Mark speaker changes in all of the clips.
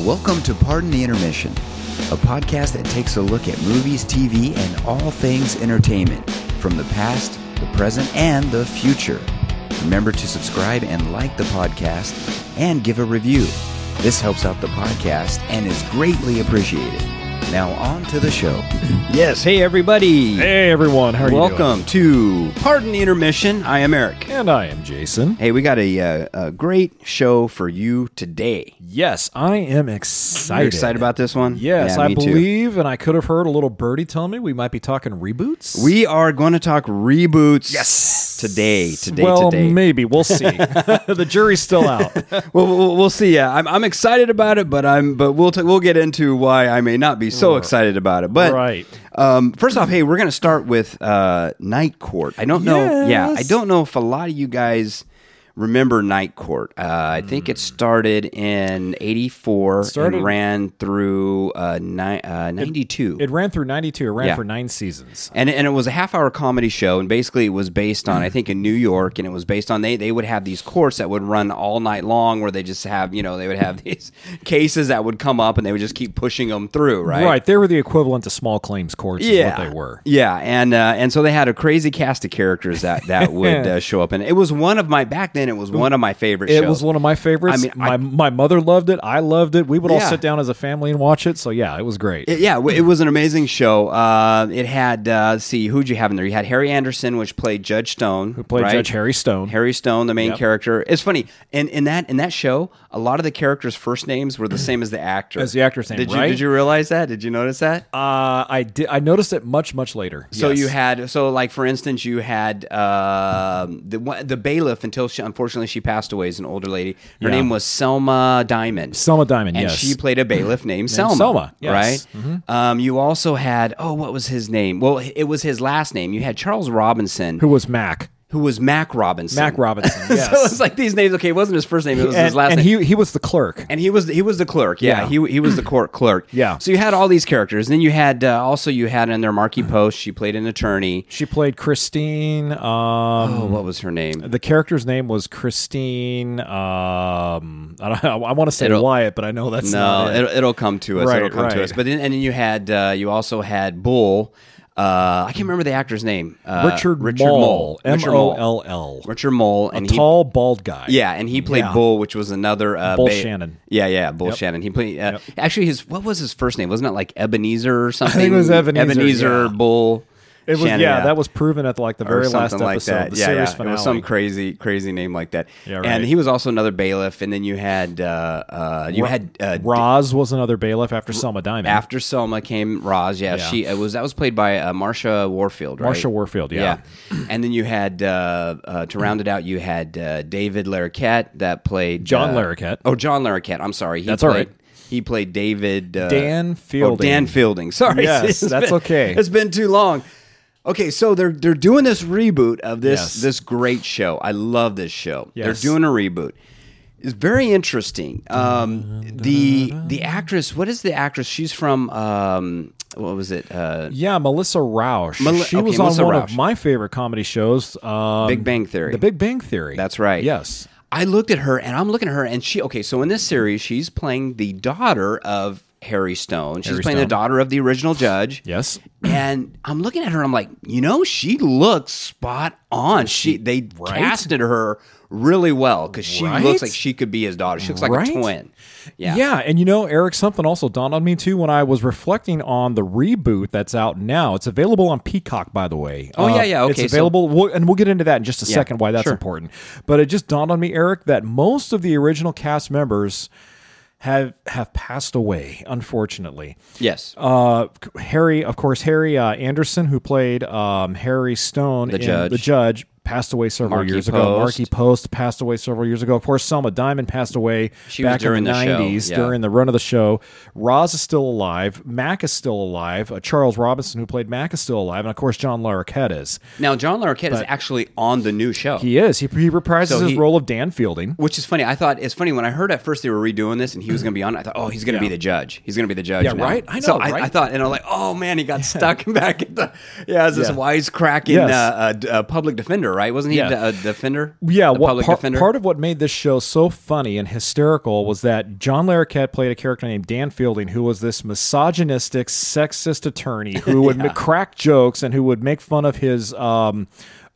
Speaker 1: Welcome to Pardon the Intermission, a podcast that takes a look at movies, TV, and all things entertainment from the past, the present, and the future. Remember to subscribe and like the podcast and give a review. This helps out the podcast and is greatly appreciated. Now, on to the show. Yes, hey everybody.
Speaker 2: Hey everyone, how are
Speaker 1: Welcome to Pardon the Intermission. I am Eric.
Speaker 2: you doing? And I am Jason.
Speaker 1: Hey, we got a, uh, a great show for you today.
Speaker 2: Yes, I am
Speaker 1: Are
Speaker 2: excited.
Speaker 1: you excited about this one?
Speaker 2: Yes,
Speaker 1: Yeah,
Speaker 2: I
Speaker 1: me too.
Speaker 2: believe, and I could have heard a little birdie tell me we might be talking reboots.
Speaker 1: We are going to talk reboots. Yes, today, today,
Speaker 2: well,
Speaker 1: today.
Speaker 2: maybe we'll see. the jury's still out.
Speaker 1: Well, we'll, we'll see. Yeah, I'm, I'm excited about it, but I'm but we'll t- we'll get into why I may not be so excited about it. But
Speaker 2: Right.
Speaker 1: um, first off, hey, we're going to start with uh, Night Court. I don't know. Yeah, I
Speaker 2: Yes.
Speaker 1: don't know if a lot of you guys remember Night Court. Uh, I think it started in '84
Speaker 2: Hmm. Started-
Speaker 1: and ran through uh, ni- uh, '92.
Speaker 2: It ran through 92. It ran
Speaker 1: Yeah.
Speaker 2: for nine seasons.
Speaker 1: and and it was a half hour comedy show, and basically it was based on I
Speaker 2: Mm.
Speaker 1: think in New York, and it was based on they they would have these courts that would run all night long, where they just have you know they would have these cases that would come up, and they would just keep pushing them through, right?
Speaker 2: They were the equivalent to small claims courts, is what they were.
Speaker 1: Yeah, and uh, and so they had a crazy cast of characters that that would uh, show up, and it was one of my back then. It was one of my favorite.
Speaker 2: It
Speaker 1: shows.
Speaker 2: was one of my favorites.
Speaker 1: I mean,
Speaker 2: my, my mother loved it. I loved it. We would all
Speaker 1: Yeah.
Speaker 2: sit down as a family and watch it. So, yeah, it was great.
Speaker 1: It- yeah, w- it was an amazing show. Uh, it had uh, let's see who'd you have in there? You had Harry Anderson, which played Judge Stone, who
Speaker 2: Played Judge Harry Stone.
Speaker 1: Harry Stone, the main character. It's funny, and in that in that show, a lot of the characters' first names were the same as the actor.
Speaker 2: As the actor's name,
Speaker 1: did you
Speaker 2: right?
Speaker 1: did you realize that? Did you notice that?
Speaker 2: uh, I, did, I noticed it much, much later.
Speaker 1: So
Speaker 2: Yes.
Speaker 1: you had so like for instance you had um the one- the bailiff until she unfortunately she passed away is an older lady. Her
Speaker 2: Yeah.
Speaker 1: name was Selma Diamond.
Speaker 2: Selma Diamond,
Speaker 1: and
Speaker 2: yes.
Speaker 1: she played a bailiff named Selma.
Speaker 2: Selma, yes. Mm-hmm.
Speaker 1: right? Um, you also had oh what was his name? Well, it was his last name. You had Charles Robinson,
Speaker 2: Who was Mac?
Speaker 1: who was Mac Robinson.
Speaker 2: Mac Robinson. Yes.
Speaker 1: so it's like these names. Okay, it wasn't his first name; it was
Speaker 2: and
Speaker 1: his last
Speaker 2: and
Speaker 1: name.
Speaker 2: he he was the clerk.
Speaker 1: and he was he was the clerk. Yeah,
Speaker 2: Yeah.
Speaker 1: he he was the court clerk.
Speaker 2: Yeah.
Speaker 1: So you had all these characters. Then you had uh, also you had in there Marky
Speaker 2: Uh-huh.
Speaker 1: Post. She played an attorney.
Speaker 2: She played Christine. Um,
Speaker 1: Oh, what was her name?
Speaker 2: The character's name was Christine. Um, I, don't, I want to say
Speaker 1: It'll-
Speaker 2: Wyatt, but I know that's
Speaker 1: No,
Speaker 2: not it.
Speaker 1: it'll, it'll come to us.
Speaker 2: Right,
Speaker 1: it'll come to
Speaker 2: right.
Speaker 1: us. But then, and then you had uh, you also had Bull. Uh, I can't remember the actor's name. Uh,
Speaker 2: Richard,
Speaker 1: Mole.
Speaker 2: Mole. M
Speaker 1: Richard
Speaker 2: O
Speaker 1: Mole.
Speaker 2: L L.
Speaker 1: Richard Mole. And he
Speaker 2: Tall, bald guy.
Speaker 1: Yeah, and he played
Speaker 2: Yeah.
Speaker 1: Bull, which was another uh,
Speaker 2: Bull Shannon.
Speaker 1: Yeah, yeah, Bull Shannon. He played uh, actually his what was his first name? Wasn't it like Ebenezer or something?
Speaker 2: it was Ebenezer, yeah.
Speaker 1: Bull.
Speaker 2: It was,
Speaker 1: Shannon,
Speaker 2: yeah, that was proven at like the
Speaker 1: or
Speaker 2: very last
Speaker 1: something
Speaker 2: episode,
Speaker 1: like that.
Speaker 2: the
Speaker 1: yeah,
Speaker 2: series
Speaker 1: yeah.
Speaker 2: finale.
Speaker 1: It was some crazy, crazy name like that.
Speaker 2: Yeah, right.
Speaker 1: And he was also another bailiff. And then you had uh, uh, you had uh,
Speaker 2: Roz was another bailiff after Selma Diamond.
Speaker 1: after Selma came Roz. Yeah,
Speaker 2: Yeah.
Speaker 1: she it was that was played by uh, Marsha Warfield. Right?
Speaker 2: Marsha Warfield, yeah.
Speaker 1: And then you had uh, uh, to round it out, you had uh, David Larroquette that played
Speaker 2: John
Speaker 1: uh,
Speaker 2: Larroquette.
Speaker 1: Oh, John Larroquette. I'm sorry. He
Speaker 2: That's all
Speaker 1: played,
Speaker 2: right.
Speaker 1: He played David uh, Oh,
Speaker 2: Dan
Speaker 1: Dan
Speaker 2: Fielding.
Speaker 1: Fielding. Sorry.
Speaker 2: Yes,
Speaker 1: It's
Speaker 2: that's
Speaker 1: been-
Speaker 2: okay.
Speaker 1: It's been too long. Okay, so they're they're doing this reboot of this
Speaker 2: Yes.
Speaker 1: this great show. I love this show.
Speaker 2: Yes.
Speaker 1: They're doing a reboot. It's very interesting. Um, the the actress, what is the actress? She's from um, what was it? Uh,
Speaker 2: Yeah, Melissa Rauch.
Speaker 1: Mel-
Speaker 2: she
Speaker 1: okay,
Speaker 2: was
Speaker 1: Melissa
Speaker 2: on one
Speaker 1: Rauch.
Speaker 2: of my favorite comedy shows, um,
Speaker 1: Big Bang Theory.
Speaker 2: The Big Bang Theory.
Speaker 1: That's right.
Speaker 2: Yes.
Speaker 1: I looked at her and I'm looking at her and she okay, so in this series she's playing the daughter of Harry Stone. She's
Speaker 2: Harry
Speaker 1: playing the
Speaker 2: Stone.
Speaker 1: daughter of the original judge.
Speaker 2: Yes.
Speaker 1: And I'm looking at her I'm like, "You know, she looks spot on. She they
Speaker 2: Right?
Speaker 1: casted her really well cuz she looks
Speaker 2: Right?
Speaker 1: like she could be his daughter. She looks like
Speaker 2: Right?
Speaker 1: a twin." Yeah.
Speaker 2: and you know, Eric, something also dawned on me too when I was reflecting on the reboot that's out now. It's available on Peacock, by the way. Uh,
Speaker 1: Oh, yeah, yeah, okay,
Speaker 2: It's
Speaker 1: so-
Speaker 2: available, we'll, and we'll get into that in just a
Speaker 1: Yeah,
Speaker 2: second. Why that's
Speaker 1: sure.
Speaker 2: important. But it just dawned on me, Eric, that most of the original cast members have have passed away, unfortunately.
Speaker 1: Yes.
Speaker 2: uh, Harry, of course, Harry uh, Anderson, who played um, Harry Stone, the
Speaker 1: judge.
Speaker 2: the judge, passed away several
Speaker 1: Marky Post.
Speaker 2: years ago. Marky Post passed away several years ago. Of course, Selma Diamond passed away
Speaker 1: She was
Speaker 2: back
Speaker 1: during
Speaker 2: in
Speaker 1: the
Speaker 2: the
Speaker 1: show,
Speaker 2: nineties
Speaker 1: yeah.
Speaker 2: during the run of the show. Roz is still alive. Mac is still alive. Uh, Charles Robinson, who played Mac, is still alive, and of course, John Larroquette is.
Speaker 1: now John Larroquette is actually on the new show.
Speaker 2: He is. He, he reprises
Speaker 1: So
Speaker 2: his
Speaker 1: he-
Speaker 2: role of Dan Fielding.
Speaker 1: Which is funny. I thought it's funny when I heard at first they were redoing this and he was going to be on. it, I thought, oh, he's going to be the judge. He's going to be the judge.
Speaker 2: Yeah,
Speaker 1: now.
Speaker 2: right? I
Speaker 1: So
Speaker 2: know,
Speaker 1: I,
Speaker 2: right?
Speaker 1: I thought, and I'm like, oh man, he got stuck back at the yeah, as this wisecracking
Speaker 2: Yes.
Speaker 1: uh, uh, d- uh, public defender, right? Wasn't he
Speaker 2: Yeah.
Speaker 1: a defender?
Speaker 2: Yeah,
Speaker 1: a
Speaker 2: what
Speaker 1: public
Speaker 2: par-
Speaker 1: defender.
Speaker 2: part of what made this show so funny and hysterical was that John Larroquette played a character named Dan Fielding, who was this misogynistic, sexist attorney who would ma- crack jokes and who would make fun of his um,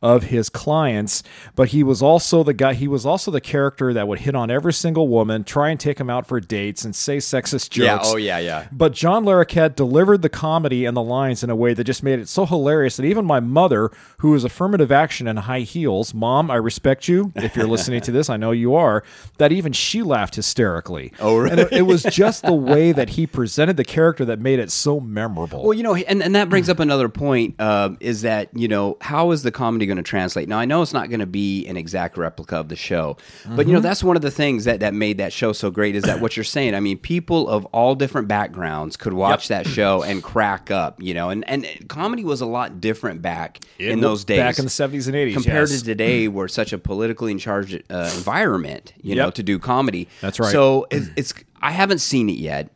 Speaker 2: of his clients. But he was also the guy. He was also the character that would hit on every single woman, try and take him out for dates, and say sexist jokes.
Speaker 1: yeah. Oh yeah. Yeah.
Speaker 2: But John Larroquette delivered the comedy and the lines in a way that just made it so hilarious that even my mother, who is affirmative action and high heels, mom, I respect you. If you're listening to this, I know you are. That even she laughed hysterically. Oh,
Speaker 1: really?
Speaker 2: And it, it was just the way that he presented the character that made it so memorable.
Speaker 1: Well, you know, and, and that brings up another point uh, is that, you know, how is the comedy going to translate? Now, I know it's not going to be an exact replica of the show, but,
Speaker 2: Mm-hmm.
Speaker 1: you know, that's one of the things that, that made that show so great is that what you're saying. I mean, people of all different backgrounds could watch that show and crack up, you know, and, and comedy was a lot different back in those days.
Speaker 2: back in the 70s and 80s.
Speaker 1: Compared
Speaker 2: yes.
Speaker 1: to today, where such a politically in charge uh, environment, you know,
Speaker 2: Yep.
Speaker 1: to do comedy.
Speaker 2: That's right.
Speaker 1: So it's, it's I haven't seen it yet,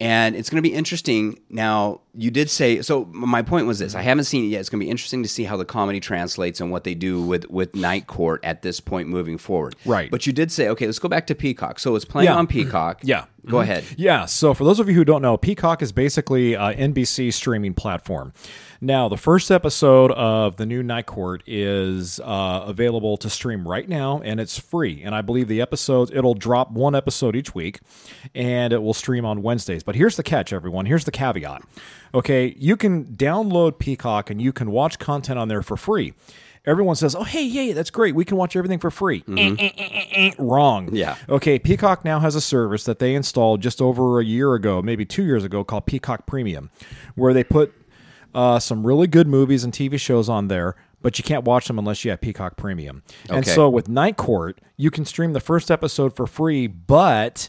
Speaker 1: and it's going to be interesting. Now you did say so. My point was this: I haven't seen it yet. It's going to be interesting to see how the comedy translates and what they do with with Night Court at this point moving forward.
Speaker 2: Right.
Speaker 1: But you did say, okay, let's go back to Peacock. So it's playing
Speaker 2: Yeah.
Speaker 1: on Peacock.
Speaker 2: Yeah. Mm-hmm.
Speaker 1: Go ahead.
Speaker 2: Yeah. So, for those of you who don't know, Peacock is basically uh, NBC streaming platform. Now, the first episode of the new Night Court is uh, available to stream right now, and it's free. And I believe the episodes it'll drop one episode each week, and it will stream on Wednesdays. But here's the catch, everyone. Here's the caveat. Okay, you can download Peacock and you can watch content on there for free. Everyone says, "Oh, hey, yay, that's great. We can watch everything for free." Eh, eh, eh, eh, eh, Wrong.
Speaker 1: Yeah.
Speaker 2: Okay, Peacock now has a service that they installed just over a year ago, maybe two years ago, called Peacock Premium, where they put uh, some really good movies and TV shows on there, but you can't watch them unless you have Peacock Premium. And
Speaker 1: Okay.
Speaker 2: so with Night Court, you can stream the first episode for free, but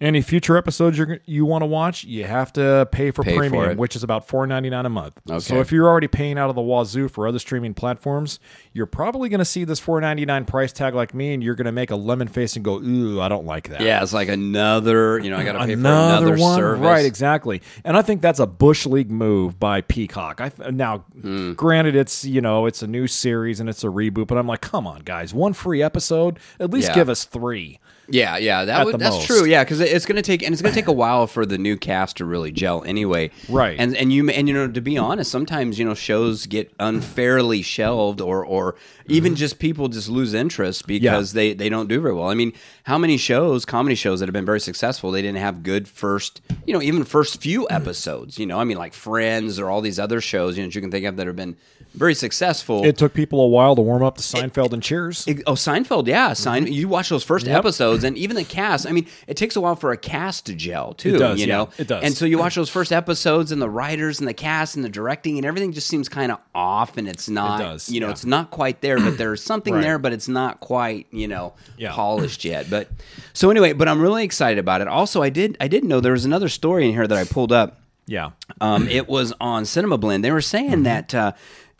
Speaker 2: any future episodes you're, gon- you want to watch, you have to pay for
Speaker 1: Pay for
Speaker 2: premium,
Speaker 1: it.
Speaker 2: which is about four ninety nine a month. So
Speaker 1: Okay.
Speaker 2: if you're already paying out of the wazoo for other streaming platforms, you're probably going to see this four ninety nine price tag like me, and you're going to make a lemon face and go, "Ooh, I don't like that."
Speaker 1: Yeah, it's like another. You know, I got to pay for another service.
Speaker 2: right? Exactly, and I think that's a bush league move by Peacock. I th- now,
Speaker 1: Hmm.
Speaker 2: granted, it's you know it's a new series and it's a reboot, but I'm like, come on, guys, one free episode, at least
Speaker 1: Yeah.
Speaker 2: give us three.
Speaker 1: Yeah, yeah, that
Speaker 2: the
Speaker 1: would, that's
Speaker 2: most.
Speaker 1: true. Yeah, because it's going to take and it's going to take a while for the new cast to really gel, anyway.
Speaker 2: Right.
Speaker 1: And and you and you know to be honest, sometimes you know shows get unfairly shelved, or or even
Speaker 2: Mm-hmm.
Speaker 1: just people just lose interest because they they don't do very well. I mean, how many shows, comedy shows that have been very successful, they didn't have good first, you know, even first
Speaker 2: Mm-hmm.
Speaker 1: few episodes. You know, I mean, like Friends or all these other shows, you know, that you can think of that have been very successful.
Speaker 2: It took people a while to warm up to Seinfeld and Cheers.
Speaker 1: Ex- Oh, Seinfeld, yeah. Sein-
Speaker 2: Mm-hmm.
Speaker 1: You watch those first episodes, and even the cast. I mean, it takes a while for a cast to gel, too.
Speaker 2: It does,
Speaker 1: you
Speaker 2: yeah,
Speaker 1: know,
Speaker 2: it does.
Speaker 1: And so you watch those first episodes, and the writers, and the cast, and the directing, and everything just seems kind of off, and it's not,
Speaker 2: does,
Speaker 1: you know,
Speaker 2: yeah.
Speaker 1: it's not quite there. But there's something
Speaker 2: Right.
Speaker 1: there, but it's not quite, you know,
Speaker 2: Yeah.
Speaker 1: polished yet. But so anyway, but I'm really excited about it. Also, I did, I did know there was another story in here that I pulled up.
Speaker 2: Yeah.
Speaker 1: Um, it was on Cinema Blend. They were saying
Speaker 2: Mm-hmm.
Speaker 1: that uh,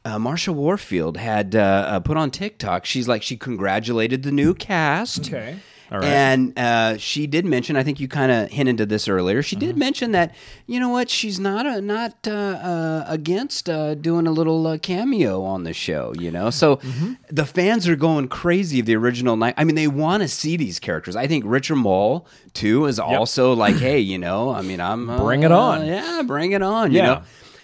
Speaker 1: uh, Marsha Warfield had uh, uh, put on TikTok. She's like she congratulated the new cast.
Speaker 2: Okay. All right.
Speaker 1: And uh, she did mention. I think you kind of hinted to this earlier. She
Speaker 2: Mm-hmm.
Speaker 1: did mention that you know what she's not uh not uh, uh, against uh, doing a little uh, cameo on the show. You know, so
Speaker 2: Mm-hmm.
Speaker 1: the fans are going crazy of the original night. I mean, they want to see these characters. I think Richard Mall too is also like, hey, you know, I mean, I'm uh,
Speaker 2: Bring it on.
Speaker 1: yeah, bring it on. You
Speaker 2: Yeah.
Speaker 1: know.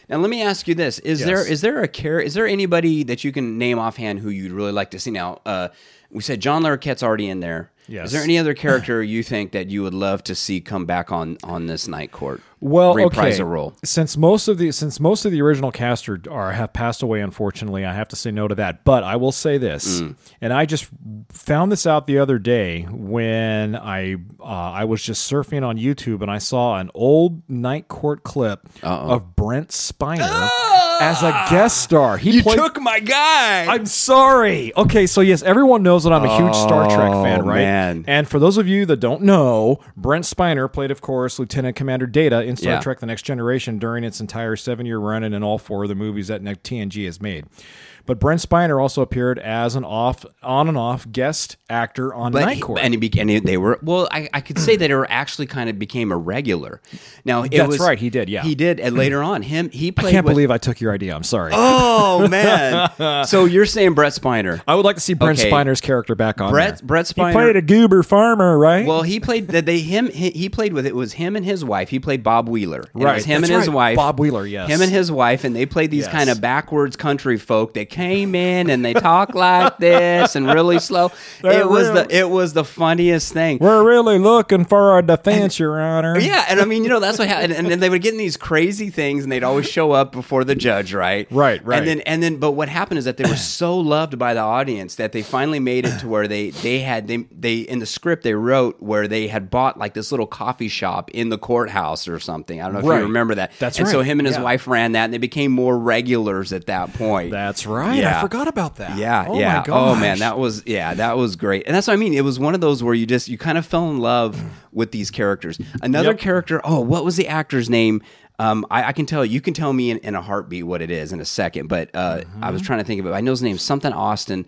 Speaker 1: Now let me ask you this: Is there
Speaker 2: Yes.
Speaker 1: is there a care? Is there anybody that you can name offhand who you'd really like to see? Now uh, we said John Larroquette's already in there. Is
Speaker 2: Yes.
Speaker 1: there any other character you think that you would love to see come back on on this night court?
Speaker 2: Well,
Speaker 1: reprise
Speaker 2: okay.
Speaker 1: a role.
Speaker 2: Since most of the since most of the original cast are, are have passed away, unfortunately, I have to say no to that. But I will say this,
Speaker 1: Mm.
Speaker 2: and I just found this out the other day when I uh, I was just surfing on YouTube and I saw an old Night Court clip of Brent Spiner as a guest star. He played.
Speaker 1: my guy.
Speaker 2: I'm sorry. Okay, so yes, everyone knows that I'm a huge Star Trek fan, right?
Speaker 1: Oh, man.
Speaker 2: And for those of you that don't know, Brent Spiner played, of course, Lieutenant Commander Data in Star
Speaker 1: Yeah.
Speaker 2: Trek The Next Generation during its entire seven year run and in all four of the movies that ne- TNG has made. But Brent Spiner also appeared as an off, on and off guest actor on
Speaker 1: But
Speaker 2: Night
Speaker 1: he-
Speaker 2: Court.
Speaker 1: and, he be, and he- they were well. I, I could say that it were actually kind of became a regular. Now it
Speaker 2: That's
Speaker 1: was,
Speaker 2: right, he did, yeah.
Speaker 1: he did. And later on, him he
Speaker 2: I
Speaker 1: played.
Speaker 2: can't
Speaker 1: with-
Speaker 2: believe I took your idea. I'm sorry.
Speaker 1: Oh man! so you're saying Brett Spiner?
Speaker 2: I would like to see Brent
Speaker 1: Okay.
Speaker 2: Spiner's character back on.
Speaker 1: Brett-
Speaker 2: there.
Speaker 1: Brett Spiner-
Speaker 2: He played a goober farmer, right?
Speaker 1: Well, he played that they him he, he played with it was him and his wife. He played Bob Wheeler. And
Speaker 2: Right,
Speaker 1: it was him
Speaker 2: that's
Speaker 1: and his
Speaker 2: right,
Speaker 1: wife.
Speaker 2: Bob Wheeler, yes.
Speaker 1: Him and his wife, and they played these
Speaker 2: Yes.
Speaker 1: kind of backwards country folk that came in and they talk like this and really slow.
Speaker 2: They're
Speaker 1: it was
Speaker 2: real-
Speaker 1: the it was the funniest thing.
Speaker 2: we're really looking for a defense, Your Honor.
Speaker 1: Yeah, and I mean, you know, that's what happened. And then they would get in these crazy things, and they'd always show up before the judge, right?
Speaker 2: Right, right.
Speaker 1: And then, and then, but what happened is that they were so loved by the audience that they finally made it to where they they had they they in the script they wrote where they had bought like this little coffee shop in the courthouse or something. I don't know if
Speaker 2: Right.
Speaker 1: you remember that.
Speaker 2: That's
Speaker 1: and So
Speaker 2: right,
Speaker 1: him and his
Speaker 2: yeah.
Speaker 1: wife ran that, and they became more regulars at that point.
Speaker 2: That's right. I
Speaker 1: Yeah.
Speaker 2: forgot about that.
Speaker 1: Yeah,
Speaker 2: Oh
Speaker 1: yeah.
Speaker 2: My gosh.
Speaker 1: Oh man, that was yeah, that was great. And that's what I mean. It was one of those where you just you kind of fell in love with these characters. Another
Speaker 2: Yep.
Speaker 1: character. Oh, what was the actor's name? Um, I, I can tell you can tell me in, in a heartbeat what it is in a second. But uh, I
Speaker 2: Mm-hmm.
Speaker 1: was trying to think of it. I know his name something Austin.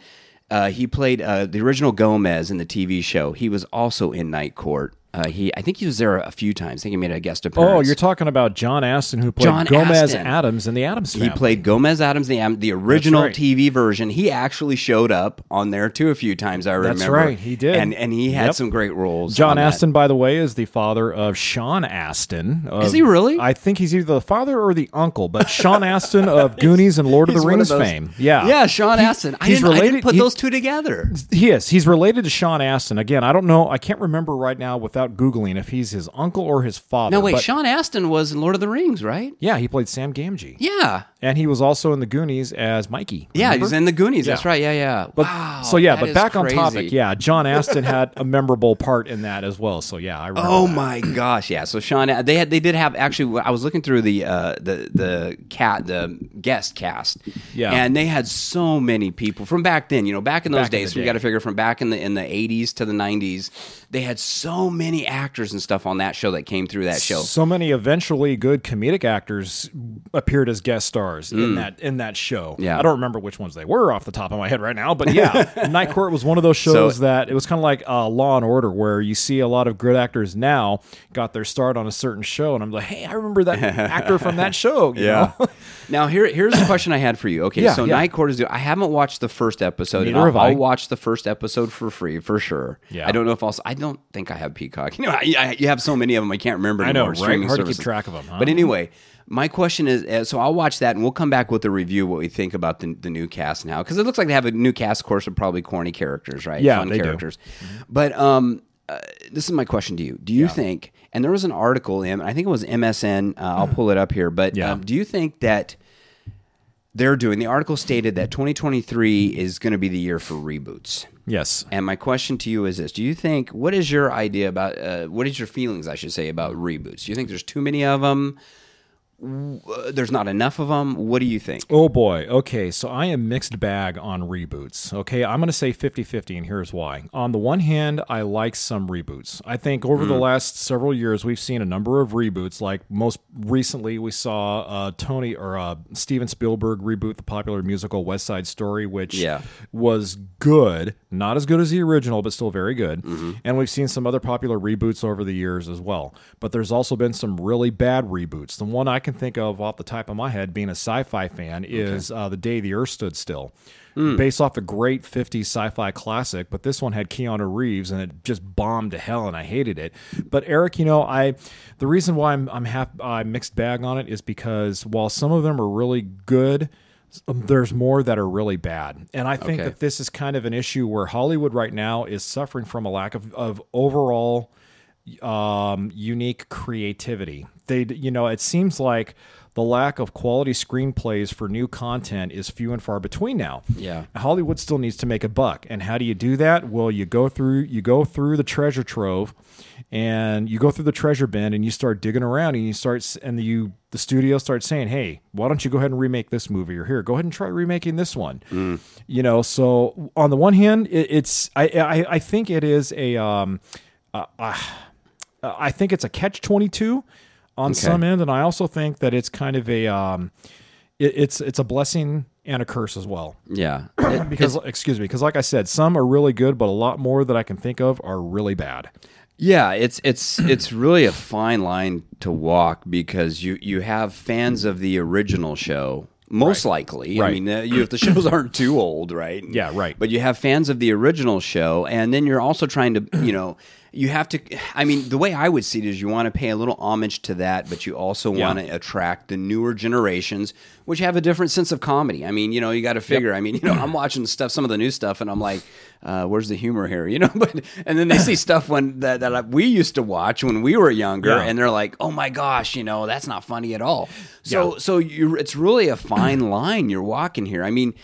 Speaker 1: Uh, he played uh, the original Gomez in the TV show. He was also in Night Court. Uh, he I think he was there a few times. I think he made a guest appearance.
Speaker 2: Oh, you're talking about John Aston, who played
Speaker 1: John
Speaker 2: Gomez
Speaker 1: Astin.
Speaker 2: Adams in the Adams
Speaker 1: He
Speaker 2: Family.
Speaker 1: played Gomez Adams, the, the original
Speaker 2: right.
Speaker 1: TV version. He actually showed up on there too a few times. I remember.
Speaker 2: right, he did.
Speaker 1: and and he had
Speaker 2: Yep.
Speaker 1: some great roles. on
Speaker 2: John
Speaker 1: that.
Speaker 2: Aston, by the way, is the father of Sean Aston. of-
Speaker 1: Is he really?
Speaker 2: I think he's either the father or the uncle, but Sean Aston of Goonies and Lord of
Speaker 1: He's
Speaker 2: the
Speaker 1: one
Speaker 2: Rings
Speaker 1: those-
Speaker 2: fame. Yeah.
Speaker 1: yeah. Sean Aston. I
Speaker 2: he's
Speaker 1: didn't, I didn't
Speaker 2: related-
Speaker 1: put
Speaker 2: he-
Speaker 1: those two together.
Speaker 2: He is. He's related to Sean Aston. Again, I don't know. I can't remember right now without Googling if he's his uncle or his father.
Speaker 1: No wait,
Speaker 2: but-
Speaker 1: Sean Aston was in Lord of the Rings, right?
Speaker 2: Yeah, he played Sam Gamgee.
Speaker 1: Yeah,
Speaker 2: And he was also in the Goonies as Mikey.
Speaker 1: yeah. He
Speaker 2: remember?
Speaker 1: was in the Goonies.
Speaker 2: Yeah.
Speaker 1: That's right. Yeah, yeah.
Speaker 2: But,
Speaker 1: wow.
Speaker 2: so yeah,
Speaker 1: that
Speaker 2: but
Speaker 1: is
Speaker 2: back on
Speaker 1: crazy.
Speaker 2: topic, yeah, John Aston had a memorable part in that as well. So yeah, I remember.
Speaker 1: Oh
Speaker 2: that.
Speaker 1: my gosh, yeah. So Sean, they had they did have actually. I was looking through the uh, the the cat the guest cast,
Speaker 2: Yeah.
Speaker 1: and they had so many people from back then. You know, back in those
Speaker 2: Back in
Speaker 1: days,
Speaker 2: the
Speaker 1: we
Speaker 2: day.
Speaker 1: got to figure from back in the in the eighties to the nineties, they had so many actors and stuff on that show that came through that show.
Speaker 2: So many eventually good comedic actors appeared as guest stars in that in that show.
Speaker 1: Mm. Yeah.
Speaker 2: I don't remember which ones they were off the top of my head right now, but yeah, Night Court was one of those shows
Speaker 1: So-
Speaker 2: that it was kind of like uh, Law and Order, where you see a lot of good actors now got their start on a certain show, and I'm like, hey, I remember that actor from that show. you know?
Speaker 1: now here here's a question I had for you. Okay,
Speaker 2: Yeah,
Speaker 1: so
Speaker 2: yeah.
Speaker 1: Night Court is. I haven't watched the first episode. and
Speaker 2: Neither
Speaker 1: I'll,
Speaker 2: have I.
Speaker 1: I'll watch the first episode for free for sure.
Speaker 2: Yeah.
Speaker 1: I don't know if I'll. s- I don't think I have Peacock. You know, I, I, you have so many of them. I can't remember.
Speaker 2: I know,
Speaker 1: anymore,
Speaker 2: right?
Speaker 1: streaming
Speaker 2: Hard to keep
Speaker 1: services.
Speaker 2: track of 'em, huh?
Speaker 1: But anyway. My question is, uh, so I'll watch that, and we'll come back with a review of what we think about the, the new cast now, because it looks like they have a new cast, of course, of probably corny characters, right?
Speaker 2: Yeah,
Speaker 1: Fun
Speaker 2: they do. Mm-hmm.
Speaker 1: characters. But um, uh, this is my question to you: Do you think? And there was an article in, I think it was MSN. Uh, I'll pull it up here, but
Speaker 2: Yeah.
Speaker 1: um, do you think that they're doing. The article stated that 2023 is going to be the year for reboots.
Speaker 2: Yes.
Speaker 1: And my question to you is this: Do you think what is your idea about uh, what is your feelings, I should say, about reboots? Do you think there's too many of them? uh, There's not enough of them. What do you think?
Speaker 2: Oh boy. Okay. So I am mixed bag on reboots. Okay. I'm going to say 50 50, and here's why. On the one hand, I like some reboots. I think over the last several years, we've seen a number of reboots. Like most recently, we saw uh, Tony or uh, Steven Spielberg reboot the popular musical West Side Story, which
Speaker 1: Yeah.
Speaker 2: was good, not as good as the original, but still very good. And we've seen some other popular reboots over the years as well. But there's also been some really bad reboots. The one I can think of off the top of my head, being a sci-fi fan, is uh, "The Day the Earth Stood Still," based off a great '50s sci-fi classic. But this one had Keanu Reeves, and it just bombed to hell, and I hated it. But Eric, you know, I the reason why I'm I'm half I mixed bag on it is because while some of them are really good Um, there's more that are really bad. And I think
Speaker 1: Okay.
Speaker 2: that this is kind of an issue where Hollywood right now is suffering from a lack of, of overall um, unique creativity. They, you know, it seems like the lack of quality screenplays for new content is few and far between now.
Speaker 1: Yeah.
Speaker 2: Hollywood still needs to make a buck. And how do you do that? Well, you go through you go through the treasure trove and you go through the treasure bin and you start digging around and you start s- and you the studio starts saying, "Hey, why don't you go ahead and remake this movie or here, go ahead and try remaking this one." You know, so on the one hand, it, it's I, I I think it is a um uh, uh, I think it's a catch 22 on some end and I also think that it's kind of a um it, it's it's a blessing and a curse as well.
Speaker 1: Yeah.
Speaker 2: Because excuse me, because like I said, some are really good, but a lot more that I can think of are really bad.
Speaker 1: Yeah, it's it's it's really a fine line to walk because you you have fans of the original show most likely. I
Speaker 2: Right.
Speaker 1: mean, uh, you, if the shows aren't too old, right?
Speaker 2: Yeah, right.
Speaker 1: But you have fans of the original show, and then you're also trying to, you know, you have to. I mean, the way I would see it is you want to pay a little homage to that, but you also want to attract the newer generations, which have a different sense of comedy. I mean, you know, you got to figure. I mean, you know, I'm watching stuff, some of the new stuff, and I'm like, uh, where's the humor here? You know, but and then they see stuff when that, that like, we used to watch when we were younger,
Speaker 2: Yeah.
Speaker 1: and they're like, oh my gosh, you know, that's not funny at all. So so you it's really a fine line you're walking here. I mean,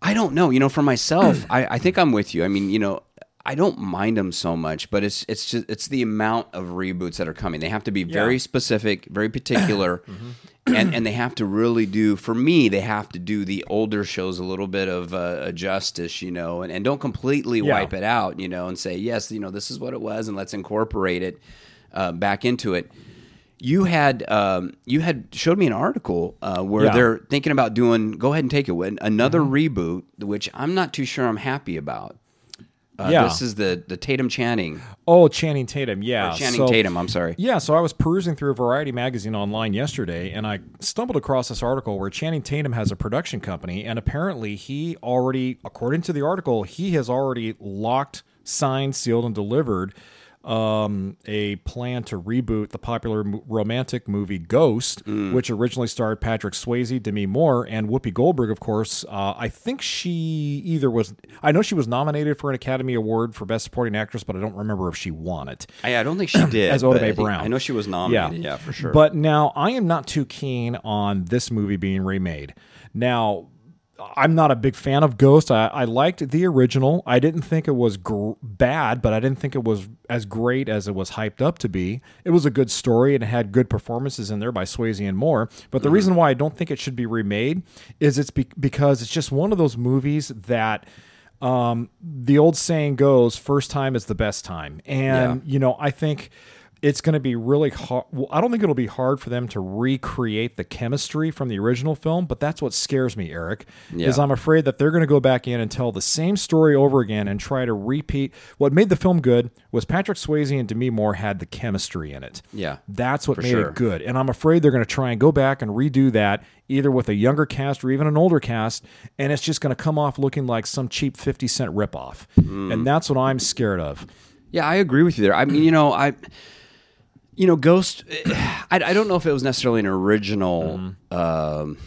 Speaker 1: I don't know. You know, for myself, I, I think I'm with you. I mean, you know, I don't mind them so much, but it's it's just it's the amount of reboots that are coming. They have to be very specific, very particular,
Speaker 2: Mm-hmm.
Speaker 1: and and they have to really do. For me, they have to do the older shows a little bit of uh, a justice, you know, and, and don't completely
Speaker 2: Yeah.
Speaker 1: wipe it out, you know, and say yes, you know, this is what it was, and let's incorporate it uh, back into it. You had um, you had showed me an article uh, where
Speaker 2: Yeah. Mm-hmm.
Speaker 1: they're thinking about doing. Go ahead and take it. Win another reboot, which I'm not too sure I'm happy about. Uh,
Speaker 2: Yeah.
Speaker 1: this is the the Tatum Channing
Speaker 2: Oh, Channing Tatum, yeah,
Speaker 1: Channing
Speaker 2: Uh, so-
Speaker 1: Tatum. I'm sorry.
Speaker 2: Yeah, so I was perusing through Variety magazine online yesterday, and I stumbled across this article where Channing Tatum has a production company, and apparently he already, according to the article, he has already locked, signed, sealed, and delivered um, a plan to reboot the popular m- romantic movie Ghost, which originally starred Patrick Swayze, Demi Moore, and Whoopi Goldberg. Of course, uh, I think she either was, I know she was nominated for an Academy Award for Best Supporting Actress, but I don't remember if she won it.
Speaker 1: I, I don't think she did
Speaker 2: As
Speaker 1: but
Speaker 2: Oda
Speaker 1: I
Speaker 2: Mae
Speaker 1: think-
Speaker 2: Brown.
Speaker 1: I know she was nominated. Yeah, for sure.
Speaker 2: But now I am not too keen on this movie being remade. Now, I'm not a big fan of Ghost. I, I liked the original. I didn't think it was gr- bad, but I didn't think it was as great as it was hyped up to be. It was a good story and it had good performances in there by Swayze and Moore. But
Speaker 1: Mm-hmm.
Speaker 2: the reason why I don't think it should be remade is it's be- because it's just one of those movies that um, the old saying goes, first time is the best time. And, you know, I think it's going to be really hard. Well, I don't think it'll be hard for them to recreate the chemistry from the original film, but that's what scares me, Eric, is
Speaker 1: Yeah.
Speaker 2: I'm afraid that they're going to go back in and tell the same story over again and try to repeat. What made the film good was Patrick Swayze and Demi Moore had the chemistry in it.
Speaker 1: Yeah,
Speaker 2: That's what made
Speaker 1: sure.
Speaker 2: it good. And I'm afraid they're going to try and go back and redo that either with a younger cast or even an older cast. And it's just going to come off looking like some cheap 50 cent ripoff.
Speaker 1: Mm.
Speaker 2: And that's what I'm scared of.
Speaker 1: Yeah, I agree with you there. I mean, you know, I, you know, Ghost. I, I don't know if it was necessarily an original,
Speaker 2: Mm-hmm.
Speaker 1: um,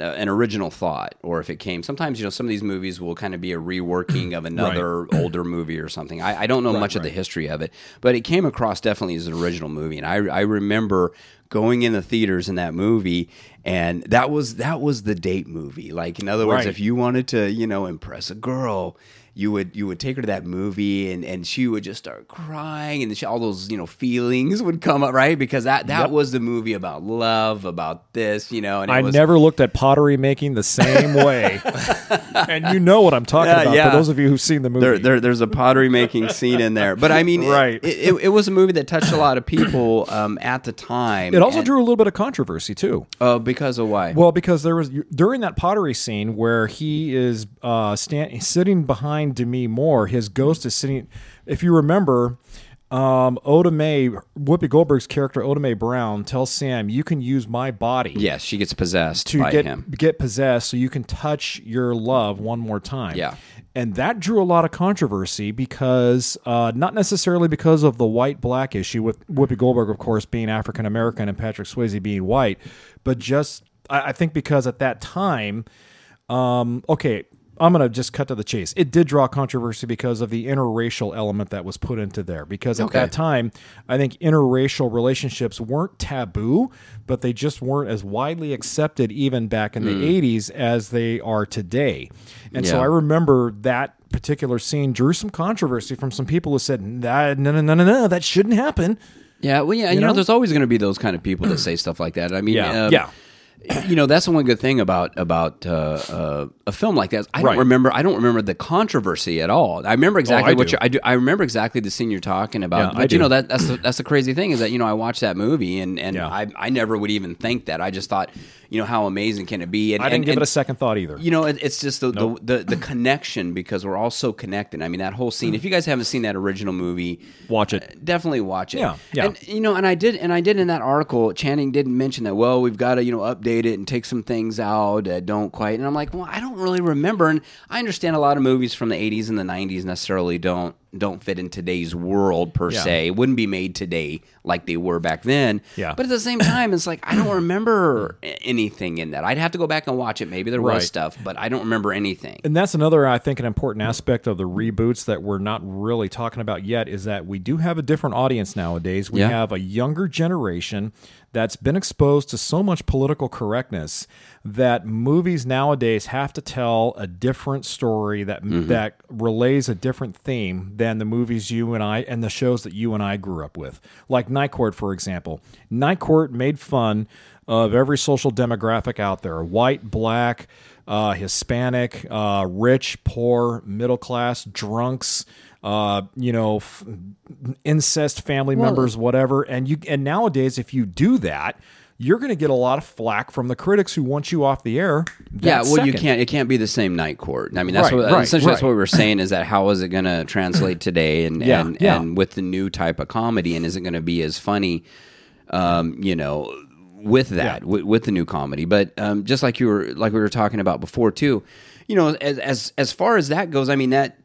Speaker 1: uh, an original thought, or if it came. Sometimes, you know, some of these movies will kind of be a reworking of another older movie or something. I, I don't know much of the history of it, but it came across definitely as an original movie, and I, I remember going in the theaters in that movie and that was that was the date movie like in other words
Speaker 2: Right.
Speaker 1: if you wanted to you know impress a girl you would you would take her to that movie and and she would just start crying and she, all those you know feelings would come up right because that that was the movie about love about this you know and it
Speaker 2: I
Speaker 1: was,
Speaker 2: never looked at pottery making the same way. and you know what I'm talking
Speaker 1: Yeah,
Speaker 2: about
Speaker 1: yeah.
Speaker 2: for those of you who've seen the movie.
Speaker 1: There, there, there's a pottery making scene in there, but I mean, it-
Speaker 2: Right.
Speaker 1: It, it, it was a movie that touched a lot of people um, at the time.
Speaker 2: it also
Speaker 1: and-
Speaker 2: drew a little bit of controversy, too.
Speaker 1: uh, because of why?
Speaker 2: Well, because there was during that pottery scene where he is uh, stand, sitting behind Demi Moore, his ghost is sitting. If you remember, um, Oda Mae, Whoopi Goldberg's character Oda Mae Brown tells Sam, "You can use my body
Speaker 1: yes, she gets possessed
Speaker 2: to
Speaker 1: by
Speaker 2: get
Speaker 1: him.
Speaker 2: get possessed, so you can touch your love one more time."
Speaker 1: Yeah.
Speaker 2: and that drew a lot of controversy because uh, not necessarily because of the white black issue with Whoopi Goldberg, of course, being African American and Patrick Swayze being white, but just I, I think because at that time, um, okay. I'm going to just cut to the chase. It did draw controversy because of the interracial element that was put into there. Because at
Speaker 1: Okay.
Speaker 2: that time, I think interracial relationships weren't taboo, but they just weren't as widely accepted even back in the 80s as they are today. And so
Speaker 1: Hmm. Yeah.
Speaker 2: I remember that particular scene drew some controversy from some people who said, "Nah, no, no, no, no, no, that shouldn't happen.
Speaker 1: Yeah, well, yeah, you, know?
Speaker 2: know?
Speaker 1: there's always going to be those kind of people that say stuff like that. I mean,
Speaker 2: Yeah.
Speaker 1: um,
Speaker 2: Yeah.
Speaker 1: you know that's the one good thing about about uh, uh, a film like that. is I
Speaker 2: Right. Oh,
Speaker 1: don't remember. I don't remember the controversy at all. I remember exactly
Speaker 2: I
Speaker 1: what
Speaker 2: do.
Speaker 1: you I do. I remember exactly the scene you're talking about.
Speaker 2: Yeah,
Speaker 1: but
Speaker 2: I
Speaker 1: you know
Speaker 2: do.
Speaker 1: that that's the, that's the crazy thing is that you know I watched that movie and and
Speaker 2: Yeah.
Speaker 1: I I never would even think that. I just thought you know how amazing can it be? And
Speaker 2: I didn't
Speaker 1: and-
Speaker 2: give
Speaker 1: and-
Speaker 2: it a second thought either.
Speaker 1: you know, it, it's just the, the, the the connection because we're all so connected. I mean, that whole scene. If you guys haven't seen that original movie,
Speaker 2: Watch it.
Speaker 1: uh, Definitely watch it.
Speaker 2: Yeah, yeah.
Speaker 1: And you know, and I did, and I did in that article. Channing didn't mention that. Well, we've got to you know update it and take some things out that don't quite. And I'm like, well, I don't really remember. And I understand a lot of movies from the '80s and the '90s necessarily don't don't fit in today's world per
Speaker 2: Yeah.
Speaker 1: se. Wouldn't be made today like they were back then.
Speaker 2: Yeah.
Speaker 1: But at the same time, it's like I don't remember anything in that. I'd have to go back and watch it. Maybe there
Speaker 2: Right.
Speaker 1: was stuff, but I don't remember anything.
Speaker 2: and that's another i think an important aspect of the reboots that we're not really talking about yet is that we do have a different audience nowadays we
Speaker 1: Yeah.
Speaker 2: have a younger generation that's been exposed to so much political correctness that movies nowadays have to tell a different story that that relays a different theme than the movies you and I and the shows that you and I grew up with like Night Court for example Night Court made fun of every social demographic out there white black uh, Hispanic, uh, rich, poor, middle class, drunks, uh, you know, f- incest family members, whatever. And you and nowadays, if you do that, you're going to get a lot of flack from the critics who want you off the air. that
Speaker 1: yeah, well, you
Speaker 2: second.
Speaker 1: can't. It can't be the same night court. I mean, that's
Speaker 2: Right,
Speaker 1: what
Speaker 2: right,
Speaker 1: essentially that's
Speaker 2: right.
Speaker 1: what we were saying is that how is it going to translate today and
Speaker 2: Yeah,
Speaker 1: and,
Speaker 2: yeah.
Speaker 1: and with the new type of comedy and is it going to be as funny? Um, you know, with that with, with the new comedy, but um, just like you were like we were talking about before too, you know, as as as far as that goes, I mean that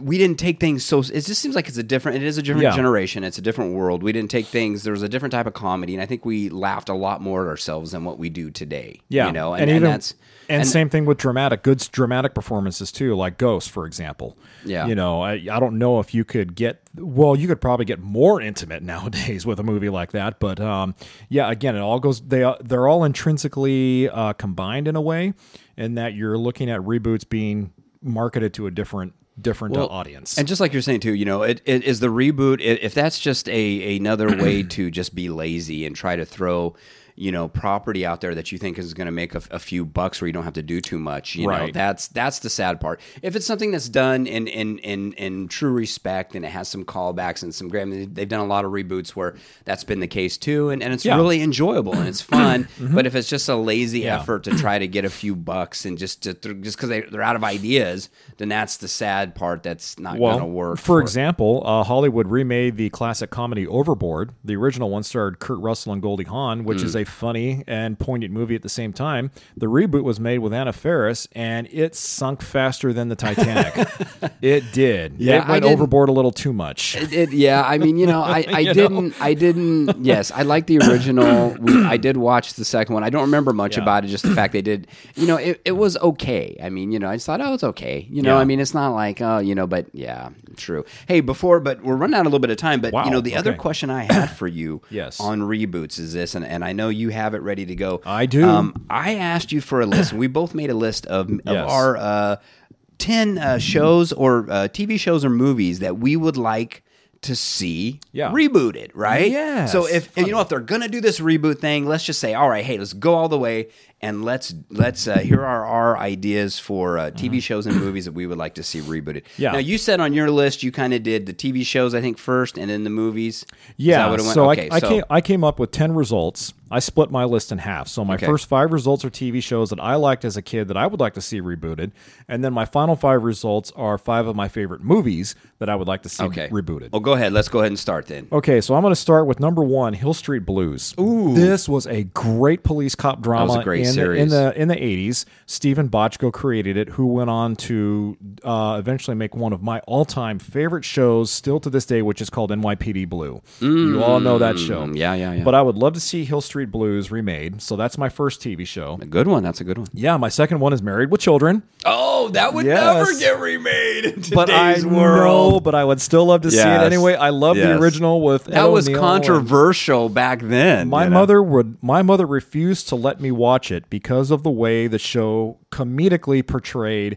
Speaker 1: we didn't take things so it just seems like it's a different it is a different
Speaker 2: Yeah.
Speaker 1: generation it's a different world we didn't take things there was a different type of comedy and i think we laughed a lot more at ourselves than what we do today
Speaker 2: Yeah,
Speaker 1: you know and, and that's
Speaker 2: and, same thing with dramatic good dramatic performances too, like Ghost, for example.
Speaker 1: Yeah.
Speaker 2: you know, I, I don't know if you could get well, you could probably get more intimate nowadays with a movie like that, but um, yeah, again, it all goes they are- they're all intrinsically uh, combined in a way, in that you're looking at reboots being marketed to a different different uh, audience.
Speaker 1: And just like you're saying too, you know, it, it is the reboot. i if that's just a another way to just be lazy and try to throw, you know, property out there that you think is going to make a, a few bucks where you don't have to do too much. You know,
Speaker 2: Right.
Speaker 1: that's that's the sad part. If it's something that's done in in in in true respect and it has some callbacks and some great, I mean, they've done a lot of reboots where that's been the case too, and and it's
Speaker 2: Yeah. Mm-hmm.
Speaker 1: really enjoyable and it's fun. But if it's just a lazy effort to try to get a few bucks and just to, just because they, they're out of ideas, then that's the sad part. That's not
Speaker 2: well,
Speaker 1: gonna work.
Speaker 2: For, example, uh, Hollywood remade the classic comedy Overboard. The original one starred Kurt Russell and Goldie Hawn, which
Speaker 1: Hmm.
Speaker 2: is a funny and poignant movie at the same time. The reboot was made with Anna Faris, and it sunk faster than the Titanic. it did.
Speaker 1: Yeah,
Speaker 2: it
Speaker 1: I
Speaker 2: went
Speaker 1: didn't-
Speaker 2: overboard a little too much.
Speaker 1: It- it- yeah, I mean, you know, I, I didn't, I didn't. Yes, I like the original. We, I did watch the second one. I don't remember much
Speaker 2: Yeah.
Speaker 1: about it. Just the fact they did, you know, it, it was okay. I mean, you know, I just thought, oh, it's okay. You know,
Speaker 2: Yeah.
Speaker 1: I mean, it's not like, oh, you know, but yeah, true. Hey, before, but we're running out a little bit of time. But
Speaker 2: Wow,
Speaker 1: you know, the other
Speaker 2: okay.
Speaker 1: question I had for you,
Speaker 2: Yes.
Speaker 1: on reboots is this, and, and I know you have it ready to go.
Speaker 2: I do.
Speaker 1: Um, I asked you for a list, and we both made a list of, of
Speaker 2: Yes.
Speaker 1: our uh, 10 uh, shows or uh, TV shows or movies that we would like to see
Speaker 2: Yeah.
Speaker 1: rebooted, right?
Speaker 2: Yes.
Speaker 1: So if you know if they're gonna do this reboot thing, let's just say, all right, hey, let's go all the way and let's let's uh, here are our ideas for uh, TV shows and movies that we would like to see rebooted.
Speaker 2: Mm-hmm. Yeah.
Speaker 1: Now you said on your list you kind of did the TV shows I think first and then the movies. Is that
Speaker 2: Yeah,
Speaker 1: what it went?
Speaker 2: so
Speaker 1: Okay,
Speaker 2: I, I came I came up with ten results. I split my list in half. So my
Speaker 1: Okay.
Speaker 2: first five results are TV shows that I liked as a kid that I would like to see rebooted, and then my final five results are five of my favorite movies that I would like to see
Speaker 1: okay
Speaker 2: rebooted.
Speaker 1: Well,
Speaker 2: Oh.
Speaker 1: go ahead. Let's go ahead and start then.
Speaker 2: Okay, so I'm going to start with number one, Hill Street Blues. Ooh, this was a great police cop drama.
Speaker 1: great
Speaker 2: in,
Speaker 1: series.
Speaker 2: The, in the in the 80s. Stephen Bochco created it, who went on to uh, eventually make one of my all-time favorite shows, still to this day, which is called NYPD Blue. You all know that show.
Speaker 1: Mm, yeah, yeah, yeah.
Speaker 2: But I would love to see Hill Street Blues remade. So that's my first TV show.
Speaker 1: A good one. That's a good one.
Speaker 2: Yeah, my second one is Married with Children.
Speaker 1: Oh, that would
Speaker 2: Yes.
Speaker 1: never get remade in today's
Speaker 2: But I
Speaker 1: world.
Speaker 2: know, but I would still love to see it
Speaker 1: Yes.
Speaker 2: anyway. I love
Speaker 1: Yes.
Speaker 2: the original with
Speaker 1: That
Speaker 2: Ed
Speaker 1: was
Speaker 2: O'Neill and-
Speaker 1: controversial back then.
Speaker 2: My
Speaker 1: you know?
Speaker 2: mother would. My mother refused to let me watch it because of the way the show comedically portrayed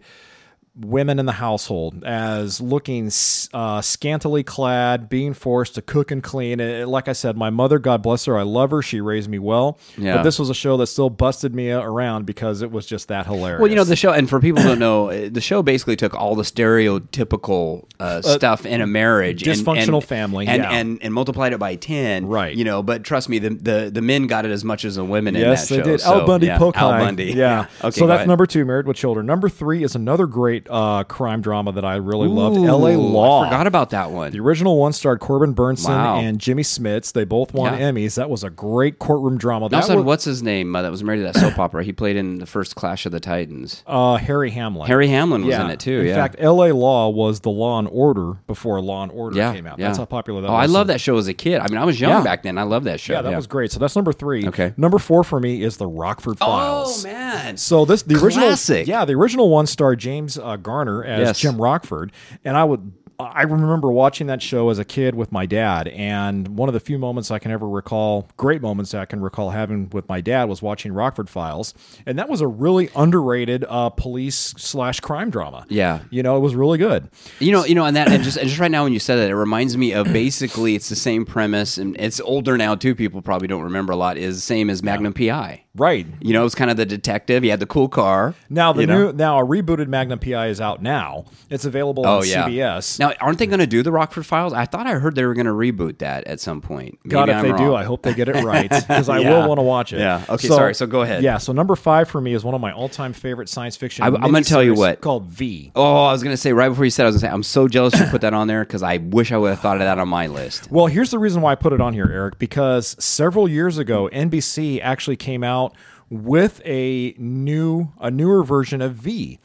Speaker 2: women in the household as looking uh, scantily clad, being forced to cook and clean. And like I said, my mother, God bless her, I love her. She raised me well. But
Speaker 1: Yeah.
Speaker 2: this was a show that still busted me around because it was just that hilarious.
Speaker 1: Well, you know the show, and for people who don't know, uh, the show basically took all the stereotypical uh, stuff in a marriage, and-
Speaker 2: dysfunctional
Speaker 1: and-
Speaker 2: family,
Speaker 1: and,
Speaker 2: yeah.
Speaker 1: and and multiplied it by ten,
Speaker 2: Right.
Speaker 1: You know, but trust me, the the, the men got it as much as the women
Speaker 2: Yes,
Speaker 1: in
Speaker 2: they
Speaker 1: that show.
Speaker 2: did.
Speaker 1: so,
Speaker 2: Al Bundy,
Speaker 1: yeah,
Speaker 2: Pokai.
Speaker 1: Al Bundy,
Speaker 2: Yeah.
Speaker 1: Okay,
Speaker 2: so
Speaker 1: go
Speaker 2: that's
Speaker 1: ahead.
Speaker 2: number two, Married with Children. Number three is another great uh, crime drama that I really loved,
Speaker 1: Ooh,
Speaker 2: L.A. Law.
Speaker 1: I forgot about that one.
Speaker 2: The original one starred Corbin Burnson
Speaker 1: Wow.
Speaker 2: and Jimmy Smits. They both won
Speaker 1: Yeah.
Speaker 2: Emmys. That was a great courtroom drama. That
Speaker 1: also,
Speaker 2: was
Speaker 1: what's his name? Uh, that was married to that soap opera. He played in the first Clash of the Titans.
Speaker 2: uh, Harry Hamlin.
Speaker 1: Harry Hamlin was in it too.
Speaker 2: In
Speaker 1: yeah.
Speaker 2: fact, L.A. Law was the Law and Order before Law and Order
Speaker 1: yeah,
Speaker 2: came out.
Speaker 1: yeah.
Speaker 2: That's how popular that
Speaker 1: oh,
Speaker 2: was.
Speaker 1: I love that show as a kid. I mean, I was young
Speaker 2: Yeah.
Speaker 1: back then. I love that show.
Speaker 2: Yeah, that was great. So that's number three.
Speaker 1: Okay.
Speaker 2: Number four for me is the Rockford Files.
Speaker 1: Oh man,
Speaker 2: So this the original,
Speaker 1: Classic.
Speaker 2: yeah, the original one starred James uh, Garner as
Speaker 1: Yes.
Speaker 2: Jim Rockford, and I would. I remember watching that show as a kid with my dad, and one of the few moments I can ever recall, great moments that I can recall having with my dad, was watching Rockford Files, and that was a really underrated uh, police slash crime drama.
Speaker 1: Yeah.
Speaker 2: you know, it was really good.
Speaker 1: You know, you know, and that, and just, and just right now when you said that, it reminds me of basically it's the same premise, and it's older now too. People probably don't remember a lot. Is the same as Magnum PI.
Speaker 2: Right
Speaker 1: You know, it was kind of the detective. He had the cool car.
Speaker 2: now, the
Speaker 1: you
Speaker 2: new
Speaker 1: know?
Speaker 2: now a rebooted Magnum PI is out now. It's available
Speaker 1: oh
Speaker 2: on
Speaker 1: yeah,
Speaker 2: CBS.
Speaker 1: Now, aren't they going to do the Rockford Files? I thought I heard they were going to reboot that at some point. Maybe
Speaker 2: God, if
Speaker 1: I'm
Speaker 2: they do,
Speaker 1: wrong.
Speaker 2: I hope they get it right because I
Speaker 1: Yeah.
Speaker 2: will want to watch it.
Speaker 1: Yeah. Okay, sorry, so go ahead.
Speaker 2: Yeah. So number five for me is one of my all-time favorite science fiction.
Speaker 1: I- I'm gonna tell you
Speaker 2: miniseries
Speaker 1: what.
Speaker 2: called V.
Speaker 1: Oh, I was going to say right before you said, I was going to say, I'm so jealous you put that on there because I wish I would have thought of that on my list.
Speaker 2: Well, here's the reason why I put it on here, Eric, because several years ago, NBC actually came out with a new, a newer version of V,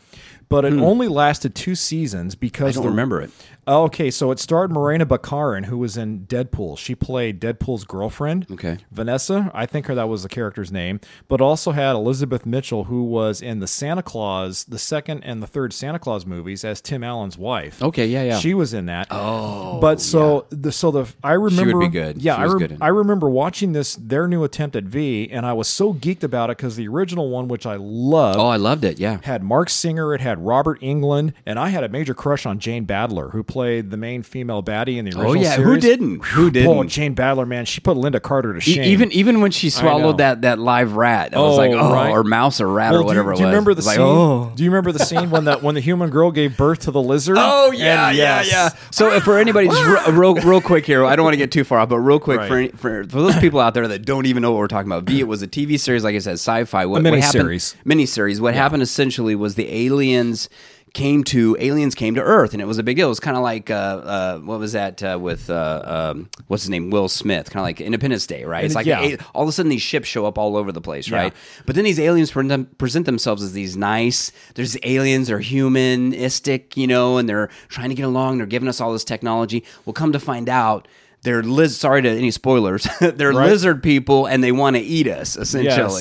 Speaker 2: but it only lasted two seasons because
Speaker 1: Hmm. I don't
Speaker 2: the-
Speaker 1: remember it.
Speaker 2: Oh, Okay, so it starred Morena Baccarin, who was in Deadpool. She played Deadpool's girlfriend.
Speaker 1: Okay.
Speaker 2: Vanessa, I think her that was the character's name, but also had Elizabeth Mitchell, who was in the Santa Claus, the second and the third Santa Claus movies as Tim Allen's wife.
Speaker 1: Okay, yeah, Oh, yeah.
Speaker 2: She was in that. Oh, but so the so the I remember
Speaker 1: be good.
Speaker 2: Yeah,
Speaker 1: She
Speaker 2: I,
Speaker 1: was
Speaker 2: rem-
Speaker 1: good in it.
Speaker 2: I remember watching this their new attempt at V, and I was so geeked about it because the original one, which I love,
Speaker 1: oh, I loved it. Yeah.
Speaker 2: had Mark Singer, it had Robert England, and I had a major crush on Jane Badler, who played the main female baddie in the original.
Speaker 1: Oh yeah. Who
Speaker 2: series.
Speaker 1: didn't? Who
Speaker 2: Oh,
Speaker 1: didn't?
Speaker 2: Jane Badler, man, she put Linda Carter to
Speaker 1: E-
Speaker 2: shame.
Speaker 1: Even even when she swallowed
Speaker 2: know.
Speaker 1: that, that live rat, I was like,
Speaker 2: Oh,
Speaker 1: oh,
Speaker 2: right.
Speaker 1: or mouse or rat
Speaker 2: Well,
Speaker 1: or whatever
Speaker 2: do you, do you
Speaker 1: it was.
Speaker 2: remember
Speaker 1: It
Speaker 2: the
Speaker 1: was like,
Speaker 2: scene?
Speaker 1: oh.
Speaker 2: Do you remember the scene when the when the human girl gave birth to the lizard?
Speaker 1: Oh yeah,
Speaker 2: And
Speaker 1: yeah,
Speaker 2: yes.
Speaker 1: yeah. So if for anybody, just real, real, real quick here, I don't want to get too far off, but real quick for,
Speaker 2: Right.
Speaker 1: any, for for those people out there that don't even know what we're talking about, V it was a TV series, like I said, sci-fi. What,
Speaker 2: A
Speaker 1: what happened?
Speaker 2: miniseries.
Speaker 1: Miniseries. What happened essentially was the aliens came to aliens came to Earth, and it was a big deal. It was kind of like uh, uh, what was that uh, with uh, um, what's his name, Will Smith, kind of like Independence Day, right? It's like
Speaker 2: Yeah.
Speaker 1: a- all of a sudden these ships show up all over the place, right? But then these aliens present, them- present themselves as these nice. There's aliens are humanistic, you know, and they're trying to get along. They're giving us all this technology. We'll come to find out. They're liz- sorry to any spoilers. they're
Speaker 2: Right.
Speaker 1: lizard people, and they want to eat us
Speaker 2: Yes.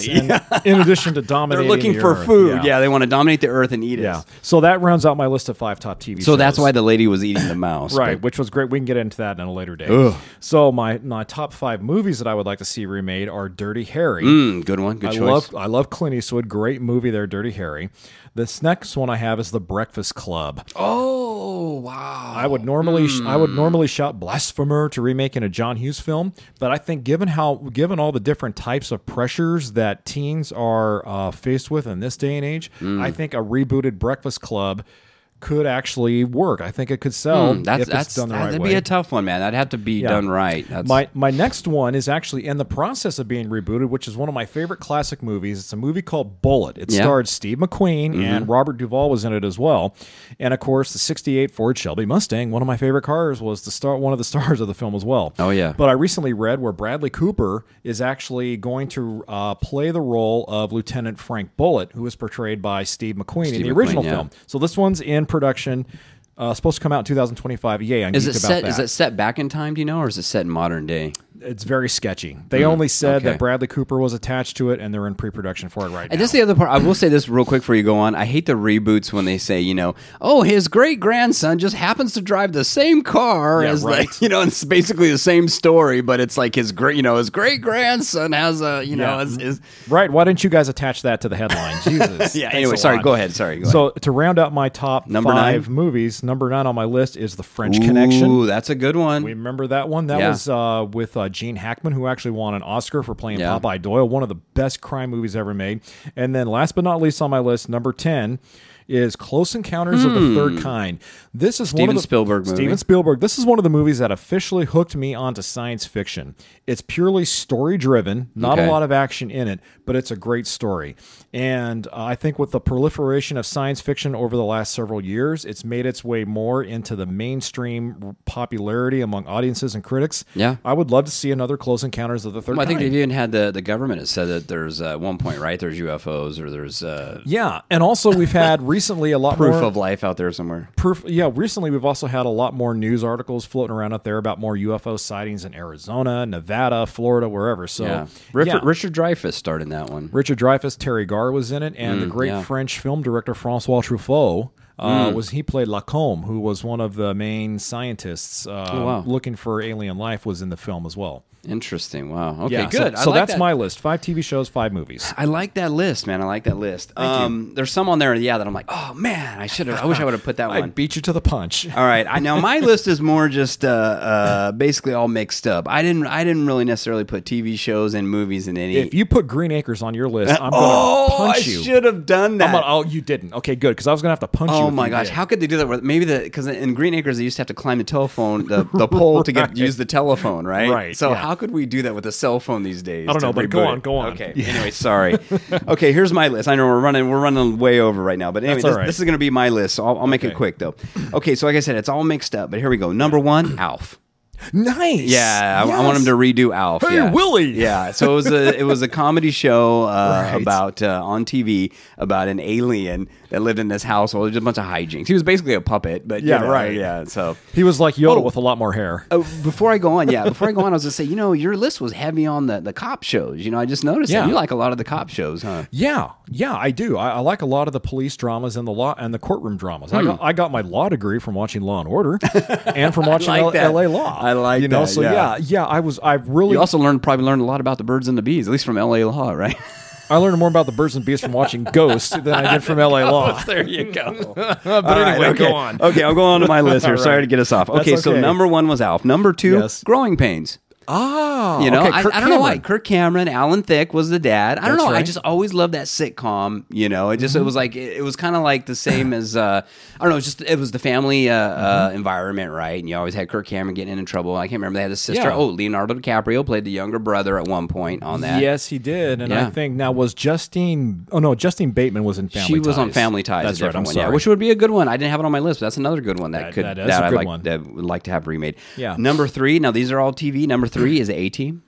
Speaker 1: essentially.
Speaker 2: And in addition to
Speaker 1: They're
Speaker 2: dominating,
Speaker 1: looking
Speaker 2: the
Speaker 1: for
Speaker 2: Earth.
Speaker 1: food. Yeah. they want to dominate the earth and eat
Speaker 2: yeah.
Speaker 1: us.
Speaker 2: So that rounds out my list of five top TV.
Speaker 1: So
Speaker 2: shows.
Speaker 1: that's why the lady was eating the mouse.
Speaker 2: right,
Speaker 1: but-
Speaker 2: which was great. We can get into that in a later day. So my my top five movies that I would like to see remade are Dirty Harry.
Speaker 1: Mm, good one. Good
Speaker 2: I
Speaker 1: choice.
Speaker 2: love I love Clint Eastwood. Great movie there, Dirty Harry. This next one I have is The Breakfast Club.
Speaker 1: oh hmm. wow.
Speaker 2: I would normally I would normally shout blasphemer to remaking a John Hughes film, but I think given how given all the different types of pressures that teens are uh, faced with in this day and age,
Speaker 1: Hmm.
Speaker 2: I think a rebooted Breakfast Club could actually work. I think it could sell
Speaker 1: Hmm, That's
Speaker 2: if
Speaker 1: that's
Speaker 2: it's done the right
Speaker 1: that'd
Speaker 2: way.
Speaker 1: be a tough one, man. That'd have to be done right. That's,
Speaker 2: My my next one is actually in the process of being rebooted, which is one of my favorite classic movies. It's a movie called Bullet. It
Speaker 1: Yeah. Mm-hmm.
Speaker 2: starred Steve McQueen and Robert Duvall was in it as well, and of course the '68 Ford Shelby Mustang, one of my favorite cars, was the star one of the stars of the film as well.
Speaker 1: Oh, yeah.
Speaker 2: But I recently read where Bradley Cooper is actually going to uh, play the role of Lieutenant Frank Bullet, who was portrayed by Steve McQueen in the
Speaker 1: McQueen,
Speaker 2: original
Speaker 1: yeah.
Speaker 2: film. So this one's in production. Uh, supposed to come out in 2025. Yay, I'm
Speaker 1: Is
Speaker 2: geeked
Speaker 1: it
Speaker 2: about
Speaker 1: set?
Speaker 2: that.
Speaker 1: Is it set back in time? Do you know, or is it set in modern day?
Speaker 2: it's very sketchy. They only
Speaker 1: Mm.
Speaker 2: said
Speaker 1: okay.
Speaker 2: that Bradley Cooper was attached to it, and they're in pre-production for it right now.
Speaker 1: And that's the other part. I will say this real quick before you go on. I hate the reboots when they say, you know, oh, his great grandson just happens to drive the same car
Speaker 2: Yeah,
Speaker 1: as,
Speaker 2: right.
Speaker 1: like, you know, it's basically the same story, but it's like his great, you know, his great grandson has a, you know,
Speaker 2: Yeah.
Speaker 1: is, is
Speaker 2: right? Why didn't you guys attach that to the headline? Jesus.
Speaker 1: yeah.
Speaker 2: Thanks
Speaker 1: Anyway,
Speaker 2: a
Speaker 1: sorry.
Speaker 2: lot.
Speaker 1: Go ahead. Sorry. Go
Speaker 2: So to round out my top
Speaker 1: Number
Speaker 2: five
Speaker 1: nine?
Speaker 2: movies, number nine on my list is The French
Speaker 1: ahead.
Speaker 2: Connection.
Speaker 1: Ooh, that's a good one.
Speaker 2: We remember that one. That
Speaker 1: Yeah.
Speaker 2: was uh, with uh, Gene Hackman, who actually won an Oscar for playing
Speaker 1: Yeah.
Speaker 2: Popeye Doyle, one of the best crime movies ever made. And then, last but not least on my list, number ten is Close Encounters of the Third Kind. This is
Speaker 1: Hmm.
Speaker 2: one
Speaker 1: Steven
Speaker 2: of the
Speaker 1: Spielberg movie.
Speaker 2: Steven Spielberg. This is one of the movies that officially hooked me onto science fiction. It's purely story driven, not a
Speaker 1: Okay.
Speaker 2: lot of action in it, but it's a great story. And uh, I think with the proliferation of science fiction over the last several years, it's made its way more into the mainstream popularity among audiences and critics.
Speaker 1: Yeah.
Speaker 2: I would love to see another Close Encounters of the Third
Speaker 1: Well, I think
Speaker 2: Kind.
Speaker 1: they've even had the, the government has said that there's uh, at one point, right? There's UFOs or there's uh,
Speaker 2: yeah, and also we've had recently a lot
Speaker 1: proof
Speaker 2: more
Speaker 1: of life out there somewhere.
Speaker 2: proof. Yeah, recently we've also had a lot more news articles floating around out there about more UFO sightings in Arizona, Nevada, Florida, wherever. So,
Speaker 1: yeah. Richard,
Speaker 2: yeah.
Speaker 1: Richard Dreyfuss starred in that one.
Speaker 2: Richard Dreyfuss, Terry Gar was in it, and the great
Speaker 1: Mm, yeah. Mm.
Speaker 2: French film director Francois Truffaut. Uh, Was he played Lacombe, who was one of the main scientists uh,
Speaker 1: Oh, wow.
Speaker 2: looking for alien life, was in the film as well.
Speaker 1: Interesting. Wow. Okay,
Speaker 2: Yeah, so-
Speaker 1: good.
Speaker 2: So,
Speaker 1: I like
Speaker 2: that's
Speaker 1: that.
Speaker 2: my list: five TV shows, five movies.
Speaker 1: I like that list, man. I like that list. um, There's some on there, yeah, that I'm like, oh man, I should have. I wish I would have put that
Speaker 2: I
Speaker 1: one.
Speaker 2: beat you to the punch.
Speaker 1: all right. I now my list is more just uh, uh, basically all mixed up. I didn't. I didn't really necessarily put TV shows and movies in any.
Speaker 2: If you put Green Acres on your list, I'm going to
Speaker 1: oh,
Speaker 2: punch
Speaker 1: I
Speaker 2: you.
Speaker 1: should have done
Speaker 2: I'm
Speaker 1: that.
Speaker 2: gonna- oh, you didn't. Okay, good, because I was going to have to punch you.
Speaker 1: Oh
Speaker 2: if
Speaker 1: my
Speaker 2: you
Speaker 1: gosh!
Speaker 2: did.
Speaker 1: How could they do that? With Maybe the because in Green Acres they used to have to climb the telephone, the, the pole to get use the telephone, right?
Speaker 2: Right,
Speaker 1: So
Speaker 2: yeah.
Speaker 1: how could we do that with a cell phone these days?
Speaker 2: I don't
Speaker 1: to
Speaker 2: know, but go
Speaker 1: reboot
Speaker 2: on,
Speaker 1: it?
Speaker 2: go on.
Speaker 1: Okay.
Speaker 2: Yeah.
Speaker 1: Anyway, sorry. okay, here's my list. I know we're running we're running way over right now, but anyway,
Speaker 2: That's all
Speaker 1: this,
Speaker 2: right.
Speaker 1: this is going to be my list. So I'll, I'll make
Speaker 2: Okay.
Speaker 1: it quick though. Okay, so like I said, it's all mixed up, but here we go. Number one, Alf.
Speaker 2: nice.
Speaker 1: Yeah, I, I want him to redo Alf.
Speaker 2: Hey,
Speaker 1: yeah.
Speaker 2: Willie!
Speaker 1: Yeah, so it was a it was a comedy show uh,
Speaker 2: Right.
Speaker 1: about uh, on TV about an alien that lived in this house. Well, just a bunch of hijinks. He was basically a puppet, but you
Speaker 2: Yeah,
Speaker 1: know,
Speaker 2: right.
Speaker 1: Yeah, so.
Speaker 2: He was like Yoda
Speaker 1: Oh.
Speaker 2: with a lot more hair.
Speaker 1: Oh, before I go on, yeah, before I go on, I was just say, you know, your list was heavy on the, the cop shows. You know, I just noticed
Speaker 2: Yeah.
Speaker 1: that you like a lot of the cop shows, huh?
Speaker 2: Yeah, yeah, I do. I, I like a lot of the police dramas and the law and the courtroom dramas.
Speaker 1: Hmm.
Speaker 2: I, got, I got my law degree from watching Law and Order, and from watching
Speaker 1: like
Speaker 2: L-
Speaker 1: that.
Speaker 2: L.A. Law.
Speaker 1: I like
Speaker 2: you know.
Speaker 1: that,
Speaker 2: so yeah,
Speaker 1: yeah.
Speaker 2: yeah, I was. I really.
Speaker 1: You also learned probably learned a lot about the birds and the bees, at least from L.A. Law, right?
Speaker 2: I learned more about the birds and bees from watching Ghost than I did from L.A. Law.
Speaker 1: there you go.
Speaker 2: Uh, but anyway,
Speaker 1: okay.
Speaker 2: go on.
Speaker 1: Okay, I'll go on to my list here.
Speaker 2: All
Speaker 1: Sorry
Speaker 2: right.
Speaker 1: to get us off.
Speaker 2: That's
Speaker 1: Okay, so
Speaker 2: okay.
Speaker 1: number one was Alf. Number two,
Speaker 2: Yes.
Speaker 1: Growing Pains.
Speaker 2: Ah,
Speaker 1: You know,
Speaker 2: okay,
Speaker 1: I,
Speaker 2: Kirk
Speaker 1: I don't know why.
Speaker 2: Cameron.
Speaker 1: Oh, Kirk Cameron, Alan Thicke was the dad. I don't
Speaker 2: That's
Speaker 1: know. I
Speaker 2: right.
Speaker 1: just always loved that sitcom. You know, it just it was like it, it was kind of like the same as uh, I don't know. It's just it was the family uh, uh, environment, right? And you always had Kirk Cameron getting into trouble. I can't remember they had a sister.
Speaker 2: Yeah.
Speaker 1: Oh, Leonardo DiCaprio played the younger brother at one point on that.
Speaker 2: Yes, he did, and I
Speaker 1: Yeah.
Speaker 2: think now was Justine. Oh no, Justine Bateman was in Family.
Speaker 1: she was on
Speaker 2: Ties.
Speaker 1: Family Ties. a
Speaker 2: That's right.
Speaker 1: different
Speaker 2: I'm
Speaker 1: one,
Speaker 2: sorry.
Speaker 1: Yeah, which would be a good one. I didn't have it on my list, but that's another good one that,
Speaker 2: That-
Speaker 1: could
Speaker 2: that
Speaker 1: that,
Speaker 2: is a
Speaker 1: I
Speaker 2: good
Speaker 1: like
Speaker 2: one.
Speaker 1: that would like to have remade.
Speaker 2: Yeah.
Speaker 1: Number three. Now these are all TV. Number three is A Team.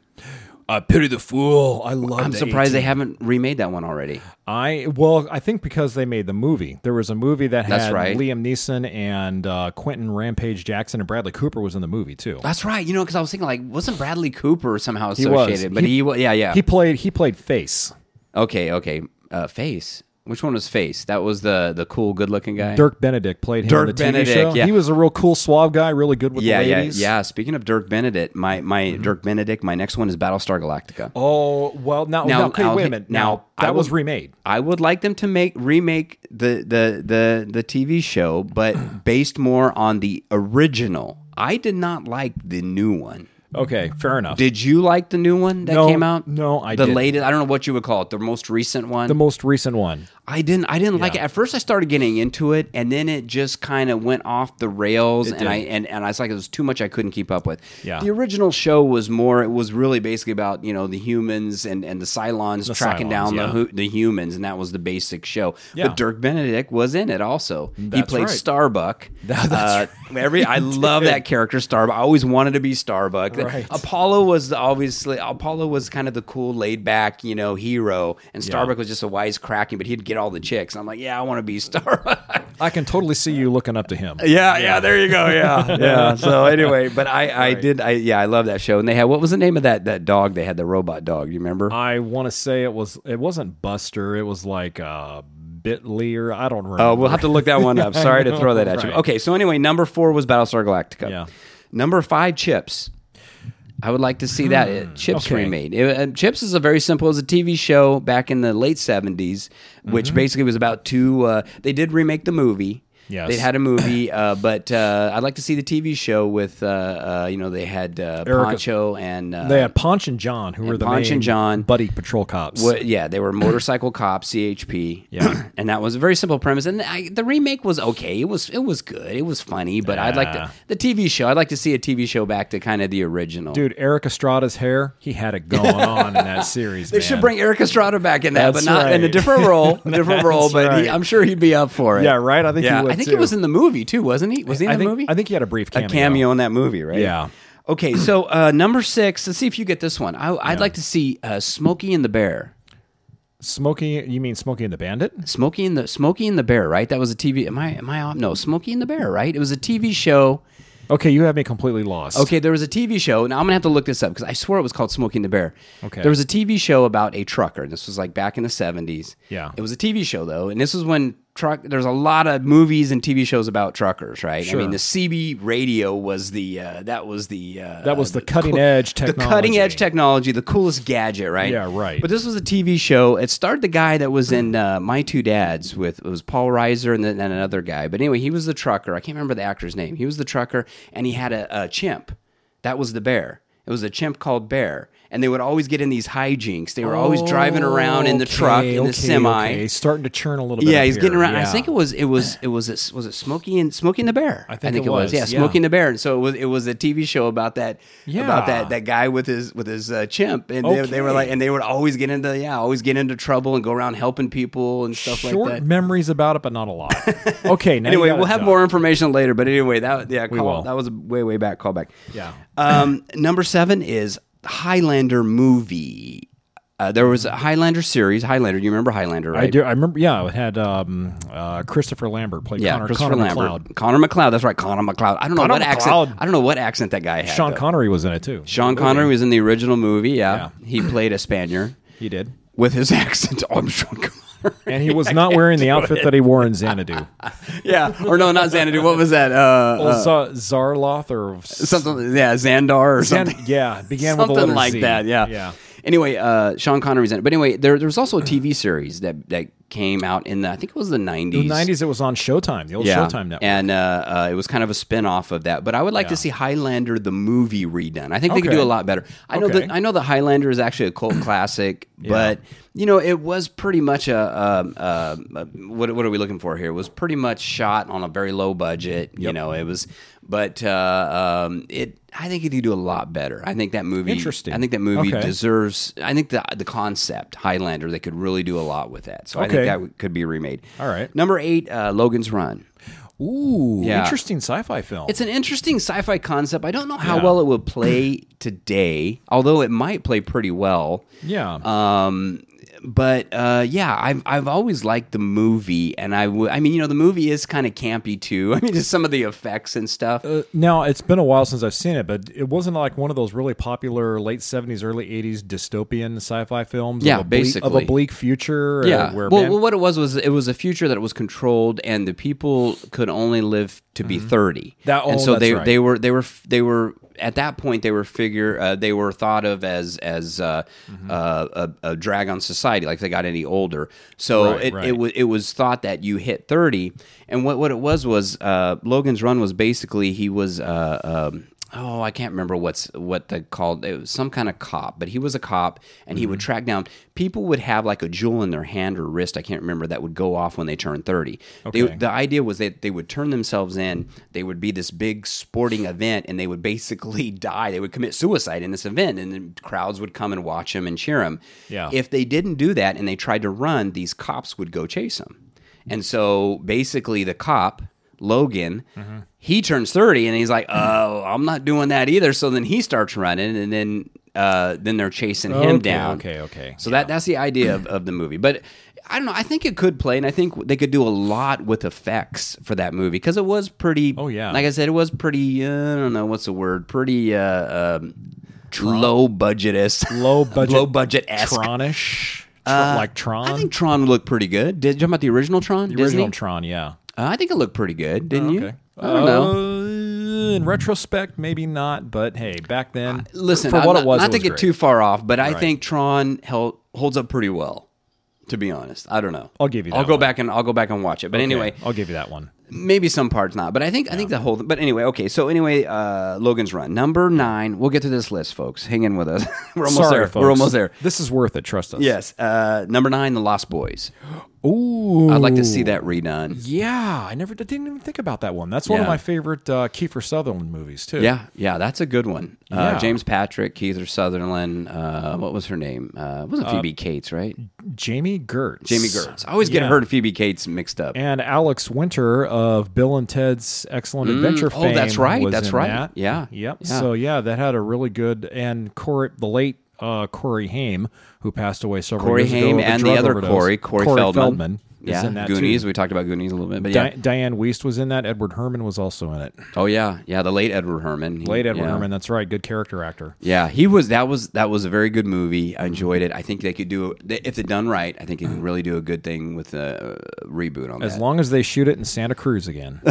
Speaker 2: I pity the fool. I love.
Speaker 1: I'm surprised they haven't remade that one already.
Speaker 2: I well, I think because they made the movie. There was a movie that
Speaker 1: That's
Speaker 2: had
Speaker 1: right.
Speaker 2: Liam Neeson and uh, Quentin Rampage Jackson and Bradley Cooper was in the movie too.
Speaker 1: That's right. You know, because I was thinking like, wasn't Bradley Cooper somehow
Speaker 2: He was.
Speaker 1: associated? But he, wa- yeah, yeah.
Speaker 2: He played. He played Face.
Speaker 1: okay, okay. Uh, face. Which one was Face? That was the the cool, good looking guy.
Speaker 2: Dirk Benedict played him
Speaker 1: Dirk
Speaker 2: in the TV
Speaker 1: Benedict,
Speaker 2: show.
Speaker 1: yeah.
Speaker 2: He was a real cool suave guy, really good with
Speaker 1: Yeah,
Speaker 2: the
Speaker 1: yeah,
Speaker 2: ladies.
Speaker 1: yeah. Speaking of Dirk Benedict, my my Dirk Benedict. My next one is Battlestar Galactica.
Speaker 2: Mm-hmm. Oh well, now, now,
Speaker 1: Now-
Speaker 2: okay,
Speaker 1: now-
Speaker 2: wait a minute. Now,
Speaker 1: now, I
Speaker 2: that was
Speaker 1: will-
Speaker 2: remade.
Speaker 1: I would like them to make remake the the the the TV show, but based more on the original. I did not like the new one.
Speaker 2: Okay, fair enough.
Speaker 1: Did you like the new one that
Speaker 2: No,
Speaker 1: came out?
Speaker 2: no, I
Speaker 1: the
Speaker 2: didn't.
Speaker 1: latest. I don't know what you would call it. The most recent one.
Speaker 2: the most recent one.
Speaker 1: I didn't I didn't like it. At first I started getting into it and then it just kind of went off the rails and I and, and I was like it was too much I couldn't keep up with.
Speaker 2: Yeah.
Speaker 1: The original show was more it was really basically about, you know, the humans and, and the Cylons tracking
Speaker 2: Cylons,
Speaker 1: down
Speaker 2: yeah.
Speaker 1: the hu- the humans and that was the basic show.
Speaker 2: Yeah.
Speaker 1: But Dirk Benedict was in it also. he
Speaker 2: That's
Speaker 1: played Uh,
Speaker 2: right.
Speaker 1: Starbuck. That's every I love that character Starbuck. I always wanted to be Starbuck. that.
Speaker 2: Right.
Speaker 1: Apollo was the- obviously Apollo was kind of the cool, laid back, you know, hero, and Starbuck was just a wise cracking, but he'd get all the chicks. I'm like, yeah, I want to be Starbuck.
Speaker 2: I can totally see you looking up to him.
Speaker 1: Uh, yeah, yeah, there you go, yeah, yeah. So anyway, but I, I did, I yeah, I love that show, and they had what was the name of that that dog? They had the robot dog. Do you remember?
Speaker 2: I want to say it was it wasn't Buster. It was like uh, Bitly or I don't remember.
Speaker 1: Oh, we'll have to look that one up. Sorry to throw that at you.
Speaker 2: Right.
Speaker 1: Okay, so anyway, number four was Battlestar Galactica.
Speaker 2: Yeah.
Speaker 1: Number five, Chips. I would like to see that uh, Chips
Speaker 2: Hmm, okay.
Speaker 1: remade. It- uh, Chips is a very simple. It was a TV show back in the late seventies, which
Speaker 2: Mm-hmm.
Speaker 1: basically was about two. Uh, they did remake the movie.
Speaker 2: Yes.
Speaker 1: they had a movie, uh, but uh, I'd like to see the TV show with uh, uh, you know they had uh,
Speaker 2: Erica-
Speaker 1: Poncho and uh,
Speaker 2: They had Ponch and John, who were the
Speaker 1: Ponch
Speaker 2: main
Speaker 1: and John.
Speaker 2: buddy patrol cops.
Speaker 1: Well, yeah, they were motorcycle cops, CHP.
Speaker 2: Yeah.
Speaker 1: and that was a very simple premise. And I, the remake was okay. It was it was good. It was funny. But I'd like to the TV show. I'd like to see a TV show back to kind of the original.
Speaker 2: Dude, Eric Estrada's hair, he had it going on in that series.
Speaker 1: they should
Speaker 2: man.
Speaker 1: bring Eric Estrada back in that,
Speaker 2: That's
Speaker 1: but not in a
Speaker 2: right.
Speaker 1: different role. A different role, but
Speaker 2: right.
Speaker 1: he, I'm sure he'd be up for it.
Speaker 2: Yeah, right? I think he
Speaker 1: Yeah,
Speaker 2: would
Speaker 1: I think
Speaker 2: too.
Speaker 1: he was in the movie too, wasn't he? Was he in
Speaker 2: I
Speaker 1: the
Speaker 2: think,
Speaker 1: movie?
Speaker 2: I think he had a brief cameo.
Speaker 1: a cameo in that movie, right?
Speaker 2: Yeah.
Speaker 1: Okay, so uh, number six. Let's see if you get this one. I, I'd like to see uh, Smokey and the Bear.
Speaker 2: Smokey, you mean Smokey and the Bandit?
Speaker 1: Smokey and the Smokey and the Bear, right? That was a TV. Am I am I off? No, Smokey and the Bear, right? It was a TV show.
Speaker 2: Okay, you have me completely lost.
Speaker 1: Okay, there was a TV show. Now I'm gonna have to look this up because I swear it was called Smokey and the Bear.
Speaker 2: Okay.
Speaker 1: There was a TV show about a trucker. This was like back in the 70s.
Speaker 2: Yeah.
Speaker 1: It was a TV show though, and this was when truck. There's a lot of movies and TV shows about truckers, right? I mean, the CB radio was the uh, that was the uh,
Speaker 2: That was the
Speaker 1: uh,
Speaker 2: cutting edge
Speaker 1: The cutting edge
Speaker 2: technology.
Speaker 1: technology, the coolest gadget, right?
Speaker 2: Yeah, right.
Speaker 1: But this was a TV show. It starred the guy that was in uh, My Two Dads with it was Paul Reiser and then and another guy. But anyway, he was the trucker. I can't remember the actor's name. He was the trucker, and he had a, a chimp. That was the bear. It was a chimp called Bear. And they would always get in these hijinks. They were always driving around in the truck in
Speaker 2: Okay,
Speaker 1: the
Speaker 2: okay,
Speaker 1: semi.
Speaker 2: okay. He's starting to churn a little bit.
Speaker 1: Yeah,
Speaker 2: up
Speaker 1: he's getting
Speaker 2: here.
Speaker 1: around. I
Speaker 2: Yeah.
Speaker 1: think it was it was it was it, was it Smokey and Smokey and the Bear. I
Speaker 2: think it was,
Speaker 1: Yeah,
Speaker 2: yeah.
Speaker 1: Smokey and the Bear. And so it was it was a TV show about that about
Speaker 2: Yeah.
Speaker 1: that that guy with his with his uh, chimp, and they, they were
Speaker 2: Okay.
Speaker 1: like, and they would always get into yeah, always get into trouble and go around helping people and stuff
Speaker 2: short
Speaker 1: like that.
Speaker 2: memories about it, but not a lot. Okay, now you
Speaker 1: Anyway,
Speaker 2: got
Speaker 1: we'll
Speaker 2: it
Speaker 1: have
Speaker 2: done.
Speaker 1: more information later. But anyway, that yeah, call,
Speaker 2: will.
Speaker 1: that was a way way back callback.
Speaker 2: Yeah.
Speaker 1: Um, number seven is Highlander movie. Uh, there was a Highlander series. Highlander, you remember Highlander, right?
Speaker 2: I do. I remember. Yeah, it had um, uh, Christopher Lambert played
Speaker 1: Yeah,
Speaker 2: Connor,
Speaker 1: Christopher
Speaker 2: Connor
Speaker 1: Lambert.
Speaker 2: McLeod.
Speaker 1: Connor McLeod. That's right, Connor McLeod. I don't know
Speaker 2: Connor
Speaker 1: what accent.
Speaker 2: McLeod.
Speaker 1: I don't know what accent that guy had.
Speaker 2: Sean
Speaker 1: though.
Speaker 2: Connery was in it too.
Speaker 1: Sean Connery was in the original movie. Yeah,
Speaker 2: Yeah.
Speaker 1: he played a Spaniard
Speaker 2: He did,
Speaker 1: with his accent. Oh, I'm Sean Connery.
Speaker 2: and he was not wearing the outfit that he wore in Xanadu.
Speaker 1: yeah, or no, not Xanadu. What was that? Uh,
Speaker 2: Well, Za- Zarloth or s-
Speaker 1: something. Yeah, Xandar or something.
Speaker 2: yeah, began with the
Speaker 1: something
Speaker 2: letter
Speaker 1: like
Speaker 2: Z.
Speaker 1: that. Yeah.
Speaker 2: yeah.
Speaker 1: Anyway, uh, Sean Connery's in it. But anyway, there, there was also a TV series that that came out in the I think it was the 90s.
Speaker 2: In the '90s, it was on Showtime, the old Showtime network.
Speaker 1: And uh, uh, it was kind of a spin off of that. But I would like to
Speaker 2: Yeah.
Speaker 1: see Highlander the movie redone. I think they could do
Speaker 2: Okay.
Speaker 1: a lot better. I know
Speaker 2: Okay.
Speaker 1: that I know that Highlander is actually a cult classic, but you know it was pretty much a, um uh, what what are we looking for here? It was pretty much shot on a very low budget. You know it was, but uh, um, it. I think it could do a lot better. I think that movie.
Speaker 2: Interesting.
Speaker 1: I think that movie
Speaker 2: Okay.
Speaker 1: deserves. I think the the concept Highlander they could really do a lot with that. So I think
Speaker 2: Okay.
Speaker 1: that w- could be remade.
Speaker 2: All right.
Speaker 1: Number eight, uh, Logan's Run.
Speaker 2: Ooh,
Speaker 1: Yeah.
Speaker 2: interesting sci-fi film.
Speaker 1: It's an interesting sci-fi concept. I don't know how well it would play today, although it might play pretty well.
Speaker 2: yeah.
Speaker 1: Um, but uh, yeah, I've I've always liked the movie, and I would. I mean, you know, the movie is kind of campy too. I mean, just some of the effects and stuff.
Speaker 2: Uh, now it's been a while since I've seen it, but it wasn't like one of those really popular late '70s, early '80s dystopian sci-fi films.
Speaker 1: Yeah,
Speaker 2: of a bleak, of
Speaker 1: basically.
Speaker 2: a bleak future. uh,
Speaker 1: yeah.
Speaker 2: where
Speaker 1: Well,
Speaker 2: man-
Speaker 1: well, what it was was it was a future that was controlled, and the people could only live to be thirty.
Speaker 2: That- oh,
Speaker 1: and so
Speaker 2: that's
Speaker 1: they
Speaker 2: right.
Speaker 1: they were they were they were at that point they were figure uh, they were thought of as as uh,
Speaker 2: Mm-hmm.
Speaker 1: uh, a, a drag on society. Like if they got any older, so
Speaker 2: Right,
Speaker 1: it
Speaker 2: right.
Speaker 1: it was it was thought that you hit thirty. And what what it was was uh, Logan's Run was basically he was. Uh, um, Oh, I can't remember what's what they called it was some kind of cop, but he was a cop and he
Speaker 2: Mm-hmm.
Speaker 1: would track down people would have like a jewel in their hand or wrist, I can't remember, that would go off when they turned 30. They-
Speaker 2: Okay.
Speaker 1: the idea was that they would turn themselves in, they would be this big sporting event and they would basically die. They would commit suicide in this event and then crowds would come and watch them and cheer them.
Speaker 2: Yeah.
Speaker 1: If they didn't do that and they tried to run, these cops would go chase them. And so basically, the cop Logan,
Speaker 2: Mm-hmm.
Speaker 1: he turns 30 and he's like, "Oh, I'm not doing that either." So then he starts running and then uh, then they're chasing him
Speaker 2: Okay,
Speaker 1: down.
Speaker 2: okay, okay.
Speaker 1: So that that's the idea of, of the movie. But I don't know, I think it could play and I think they could do a lot with effects for that movie because it was pretty
Speaker 2: Oh, yeah.
Speaker 1: Like I said it was pretty uh, I don't know what's the word, pretty uh, um, low budgetist.
Speaker 2: Low budget-
Speaker 1: low budget esque.
Speaker 2: Tronish, Tr- like Tron,
Speaker 1: I think Tron looked pretty good. Did you talk about the original Tron?
Speaker 2: the original
Speaker 1: Disney?
Speaker 2: Tron. Yeah.
Speaker 1: Uh, I think it looked pretty good, didn't you?
Speaker 2: Okay.
Speaker 1: I don't know.
Speaker 2: Uh, in retrospect, maybe not, but hey, back then,
Speaker 1: Listen,
Speaker 2: for
Speaker 1: I'm
Speaker 2: what
Speaker 1: not,
Speaker 2: it was,
Speaker 1: not
Speaker 2: it
Speaker 1: to
Speaker 2: was
Speaker 1: get
Speaker 2: great.
Speaker 1: too far off, but I think Tron held, holds up pretty well. To be honest, I don't know.
Speaker 2: I'll give you
Speaker 1: I'll
Speaker 2: that
Speaker 1: go
Speaker 2: one.
Speaker 1: back and I'll go back and watch it. But
Speaker 2: Okay,
Speaker 1: anyway,
Speaker 2: I'll give you that one.
Speaker 1: maybe some parts not. But I think I think the whole. But anyway, okay. So anyway, uh, Logan's Run number nine. We'll get to this list, folks. Hang in with us. We're almost
Speaker 2: Sorry,
Speaker 1: there.
Speaker 2: folks.
Speaker 1: We're almost there.
Speaker 2: This is worth it. Trust us.
Speaker 1: Yes. Uh, number nine, The Lost Boys.
Speaker 2: Ooh.
Speaker 1: I'd like to see that redone.
Speaker 2: Yeah, I never I didn't even think about that one. That's one of
Speaker 1: Yeah.
Speaker 2: my favorite uh, Kiefer Sutherland movies too.
Speaker 1: Yeah, yeah, that's a good one. Uh,
Speaker 2: Yeah.
Speaker 1: James Patrick, Keith Sutherland. Uh, what was her name? Uh, it wasn't Phoebe Cates, right?
Speaker 2: Jamie Gertz.
Speaker 1: Jamie Gertz. I always get
Speaker 2: Yeah.
Speaker 1: her and Phoebe Cates mixed up.
Speaker 2: And Alex Winter of Bill and Ted's Excellent Adventure
Speaker 1: oh,
Speaker 2: fame.
Speaker 1: that's right,
Speaker 2: was
Speaker 1: that's
Speaker 2: in
Speaker 1: right.
Speaker 2: that.
Speaker 1: Yeah,
Speaker 2: Yep.
Speaker 1: yeah.
Speaker 2: So yeah, that had a really good and Corey, the late uh, Corey Haim, who passed away several
Speaker 1: Corey
Speaker 2: years
Speaker 1: Haim
Speaker 2: ago, of a
Speaker 1: and the
Speaker 2: drug
Speaker 1: other
Speaker 2: overdose.
Speaker 1: Corey, Corey, Feldman.
Speaker 2: is
Speaker 1: yeah,
Speaker 2: in that
Speaker 1: Goonies.
Speaker 2: too.
Speaker 1: We talked about Goonies a little bit, but yeah.
Speaker 2: Di- Diane Weist was in that. Edward Herman was also in it.
Speaker 1: oh yeah, yeah. The late Edward Herman. He-
Speaker 2: Late Edward
Speaker 1: yeah.
Speaker 2: Herman. That's right. Good character actor.
Speaker 1: Yeah, he was. That was that was a very good movie. I enjoyed it. I think they could do they- if they're done right. I think they could really do a good thing with a uh, reboot on
Speaker 2: As
Speaker 1: that.
Speaker 2: long as they shoot it in Santa Cruz again.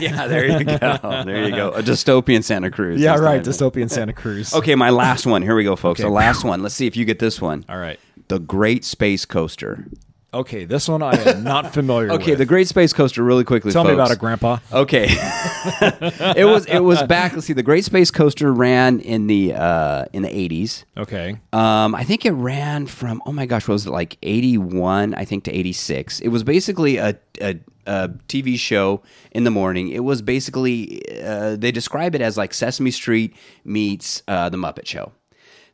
Speaker 1: yeah, there you go. There you go. A dystopian Santa Cruz.
Speaker 2: yeah,
Speaker 1: That's
Speaker 2: right.
Speaker 1: not-
Speaker 2: Dystopian Santa Cruz.
Speaker 1: Okay, my last one. Here we go, folks. The last one. Let's see if you get this one.
Speaker 2: All right.
Speaker 1: The Great Space Coaster.
Speaker 2: Okay, this one I am not familiar
Speaker 1: Okay,
Speaker 2: with.
Speaker 1: the Great Space Coaster. Really quickly,
Speaker 2: Tell me
Speaker 1: folks.
Speaker 2: about it, Grandpa.
Speaker 1: Okay, it was it was back. Let's see. The Great Space Coaster ran in the uh, in the eighties.
Speaker 2: Okay.
Speaker 1: Um, I think it ran from oh my gosh, what was it like eighty one? I think to eighty six. It was basically a, a a TV show in the morning. It was basically uh, they describe it as like Sesame Street meets uh, the Muppet Show.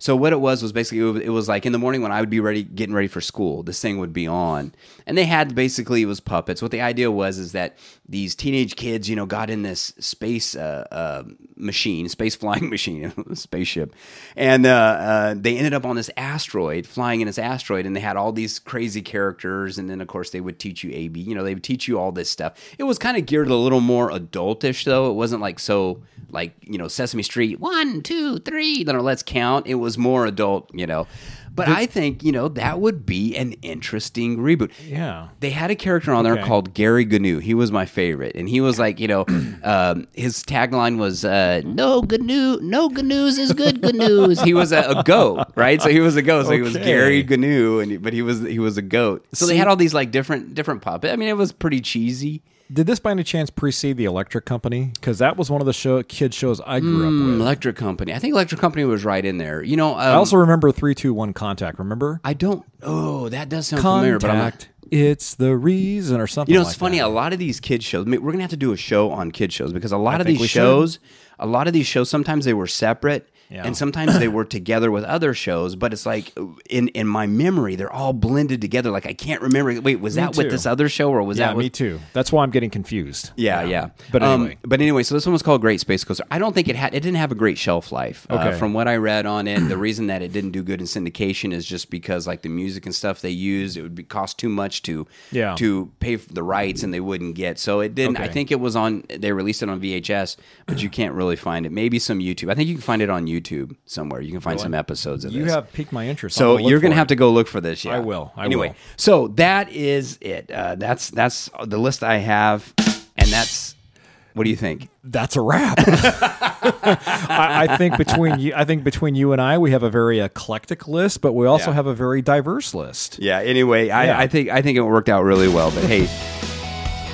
Speaker 1: So what it was was basically it was, it was like in the morning when I would be ready, getting ready for school, this thing would be on, and they had basically it was puppets. What the idea was is that these teenage kids, you know, got in this space uh, uh, machine, space flying machine, spaceship, and uh, uh, they ended up on this asteroid, flying in this asteroid, and they had all these crazy characters, and then of course they would teach you AB, you know, they would teach you all this stuff. It was kind of geared a little more adultish though. It wasn't like so like you know Sesame Street one two three, you know, let's count. It was more adult, you know. But I think you know that would be an interesting reboot.
Speaker 2: Yeah.
Speaker 1: They had a character on there
Speaker 2: Okay.
Speaker 1: called Gary Gnu. He was my favorite, and he was like, you know, um, his tagline was uh, "No good news, no good news is good good news." he was a, a goat, right? So he was a goat. So he was
Speaker 2: Okay.
Speaker 1: Gary Gnu, and he- but he was he was a goat. So they had all these like different different puppet. I mean, it was pretty cheesy.
Speaker 2: Did this by any chance precede the Electric Company? Because that was one of the show kid shows I grew
Speaker 1: Hmm.
Speaker 2: up with.
Speaker 1: Mm, Electric Company. I think Electric Company was right in there. You know, um,
Speaker 2: I also remember three two one contact. Remember
Speaker 1: I don't. Oh, that does sound familiar, but I'm not.
Speaker 2: contact? It's the reason or something.
Speaker 1: You know, it's
Speaker 2: like
Speaker 1: funny.
Speaker 2: that.
Speaker 1: A lot of these kids shows. I mean, we're gonna have to do a show on kid shows because a lot of
Speaker 2: think
Speaker 1: these
Speaker 2: we should.
Speaker 1: shows, a lot of these shows, sometimes they were separate.
Speaker 2: Yeah.
Speaker 1: And sometimes they were together with other shows, but it's like in in my memory they're all blended together. Like I can't remember. Wait, was that
Speaker 2: too.
Speaker 1: with this other show or was
Speaker 2: Yeah,
Speaker 1: that with
Speaker 2: me too. That's why I'm getting confused.
Speaker 1: Yeah, yeah.
Speaker 2: But
Speaker 1: Um,
Speaker 2: anyway,
Speaker 1: but anyway, so this one was called Great Space Coaster. I don't think it had it didn't have a great shelf life. Uh,
Speaker 2: Okay.
Speaker 1: from what I read on it, the reason that it didn't do good in syndication is just because like the music and stuff they used, it would be cost too much to
Speaker 2: Yeah.
Speaker 1: to pay for the rights and they wouldn't get. So it didn't. I
Speaker 2: Okay.
Speaker 1: think it was on they released it on VHS, but you can't really find it. Maybe some YouTube. I think you can find it on YouTube somewhere. You can find some episodes of
Speaker 2: you
Speaker 1: this.
Speaker 2: have piqued my interest.
Speaker 1: So
Speaker 2: I'm look
Speaker 1: you're going
Speaker 2: for
Speaker 1: to
Speaker 2: it.
Speaker 1: have to go look for this. Yeah.
Speaker 2: I will, I
Speaker 1: anyway,
Speaker 2: will.
Speaker 1: so that is it. Uh, that's that's the list I have, and that's what do you think?
Speaker 2: That's a wrap. I, I think between you, I think between you and I, we have a very eclectic list, but we also
Speaker 1: Yeah.
Speaker 2: have a very diverse list.
Speaker 1: Yeah. Anyway, I,
Speaker 2: Yeah.
Speaker 1: I think I think it worked out really well. But hey,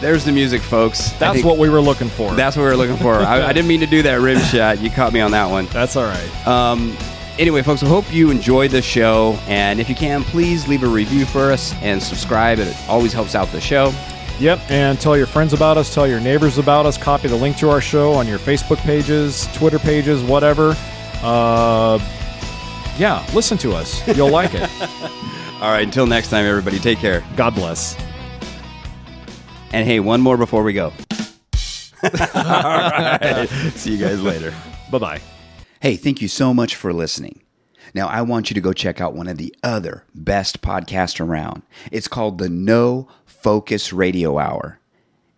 Speaker 1: there's the music, folks. I
Speaker 2: That's
Speaker 1: think
Speaker 2: what we were looking for.
Speaker 1: that's what we were looking for. I, I didn't mean to do that rim shot. You caught me on that one.
Speaker 2: That's all right.
Speaker 1: Um, anyway, folks, I hope you enjoyed the show, and if you can, please leave a review for us and subscribe. It always helps out the show.
Speaker 2: Yep, and tell your friends about us, tell your neighbors about us, copy the link to our show on your Facebook pages, Twitter pages, whatever. Uh, yeah, listen to us. You'll like it.
Speaker 1: All right. Until next time, everybody. Take care.
Speaker 2: God bless.
Speaker 1: And hey, one more before we go.
Speaker 3: See you guys later.
Speaker 2: Bye bye.
Speaker 1: Hey, thank you so much for listening. Now, I want you to go check out one of the other best podcasts around. It's called the No Focus Radio Hour.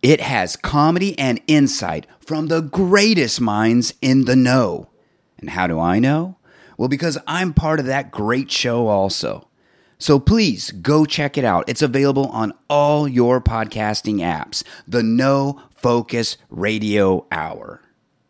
Speaker 1: It has comedy and insight from the greatest minds in the know. And how do I know? Well, because I'm part of that great show also. So please go check it out. It's available on all your podcasting apps. The No Focus Radio Hour.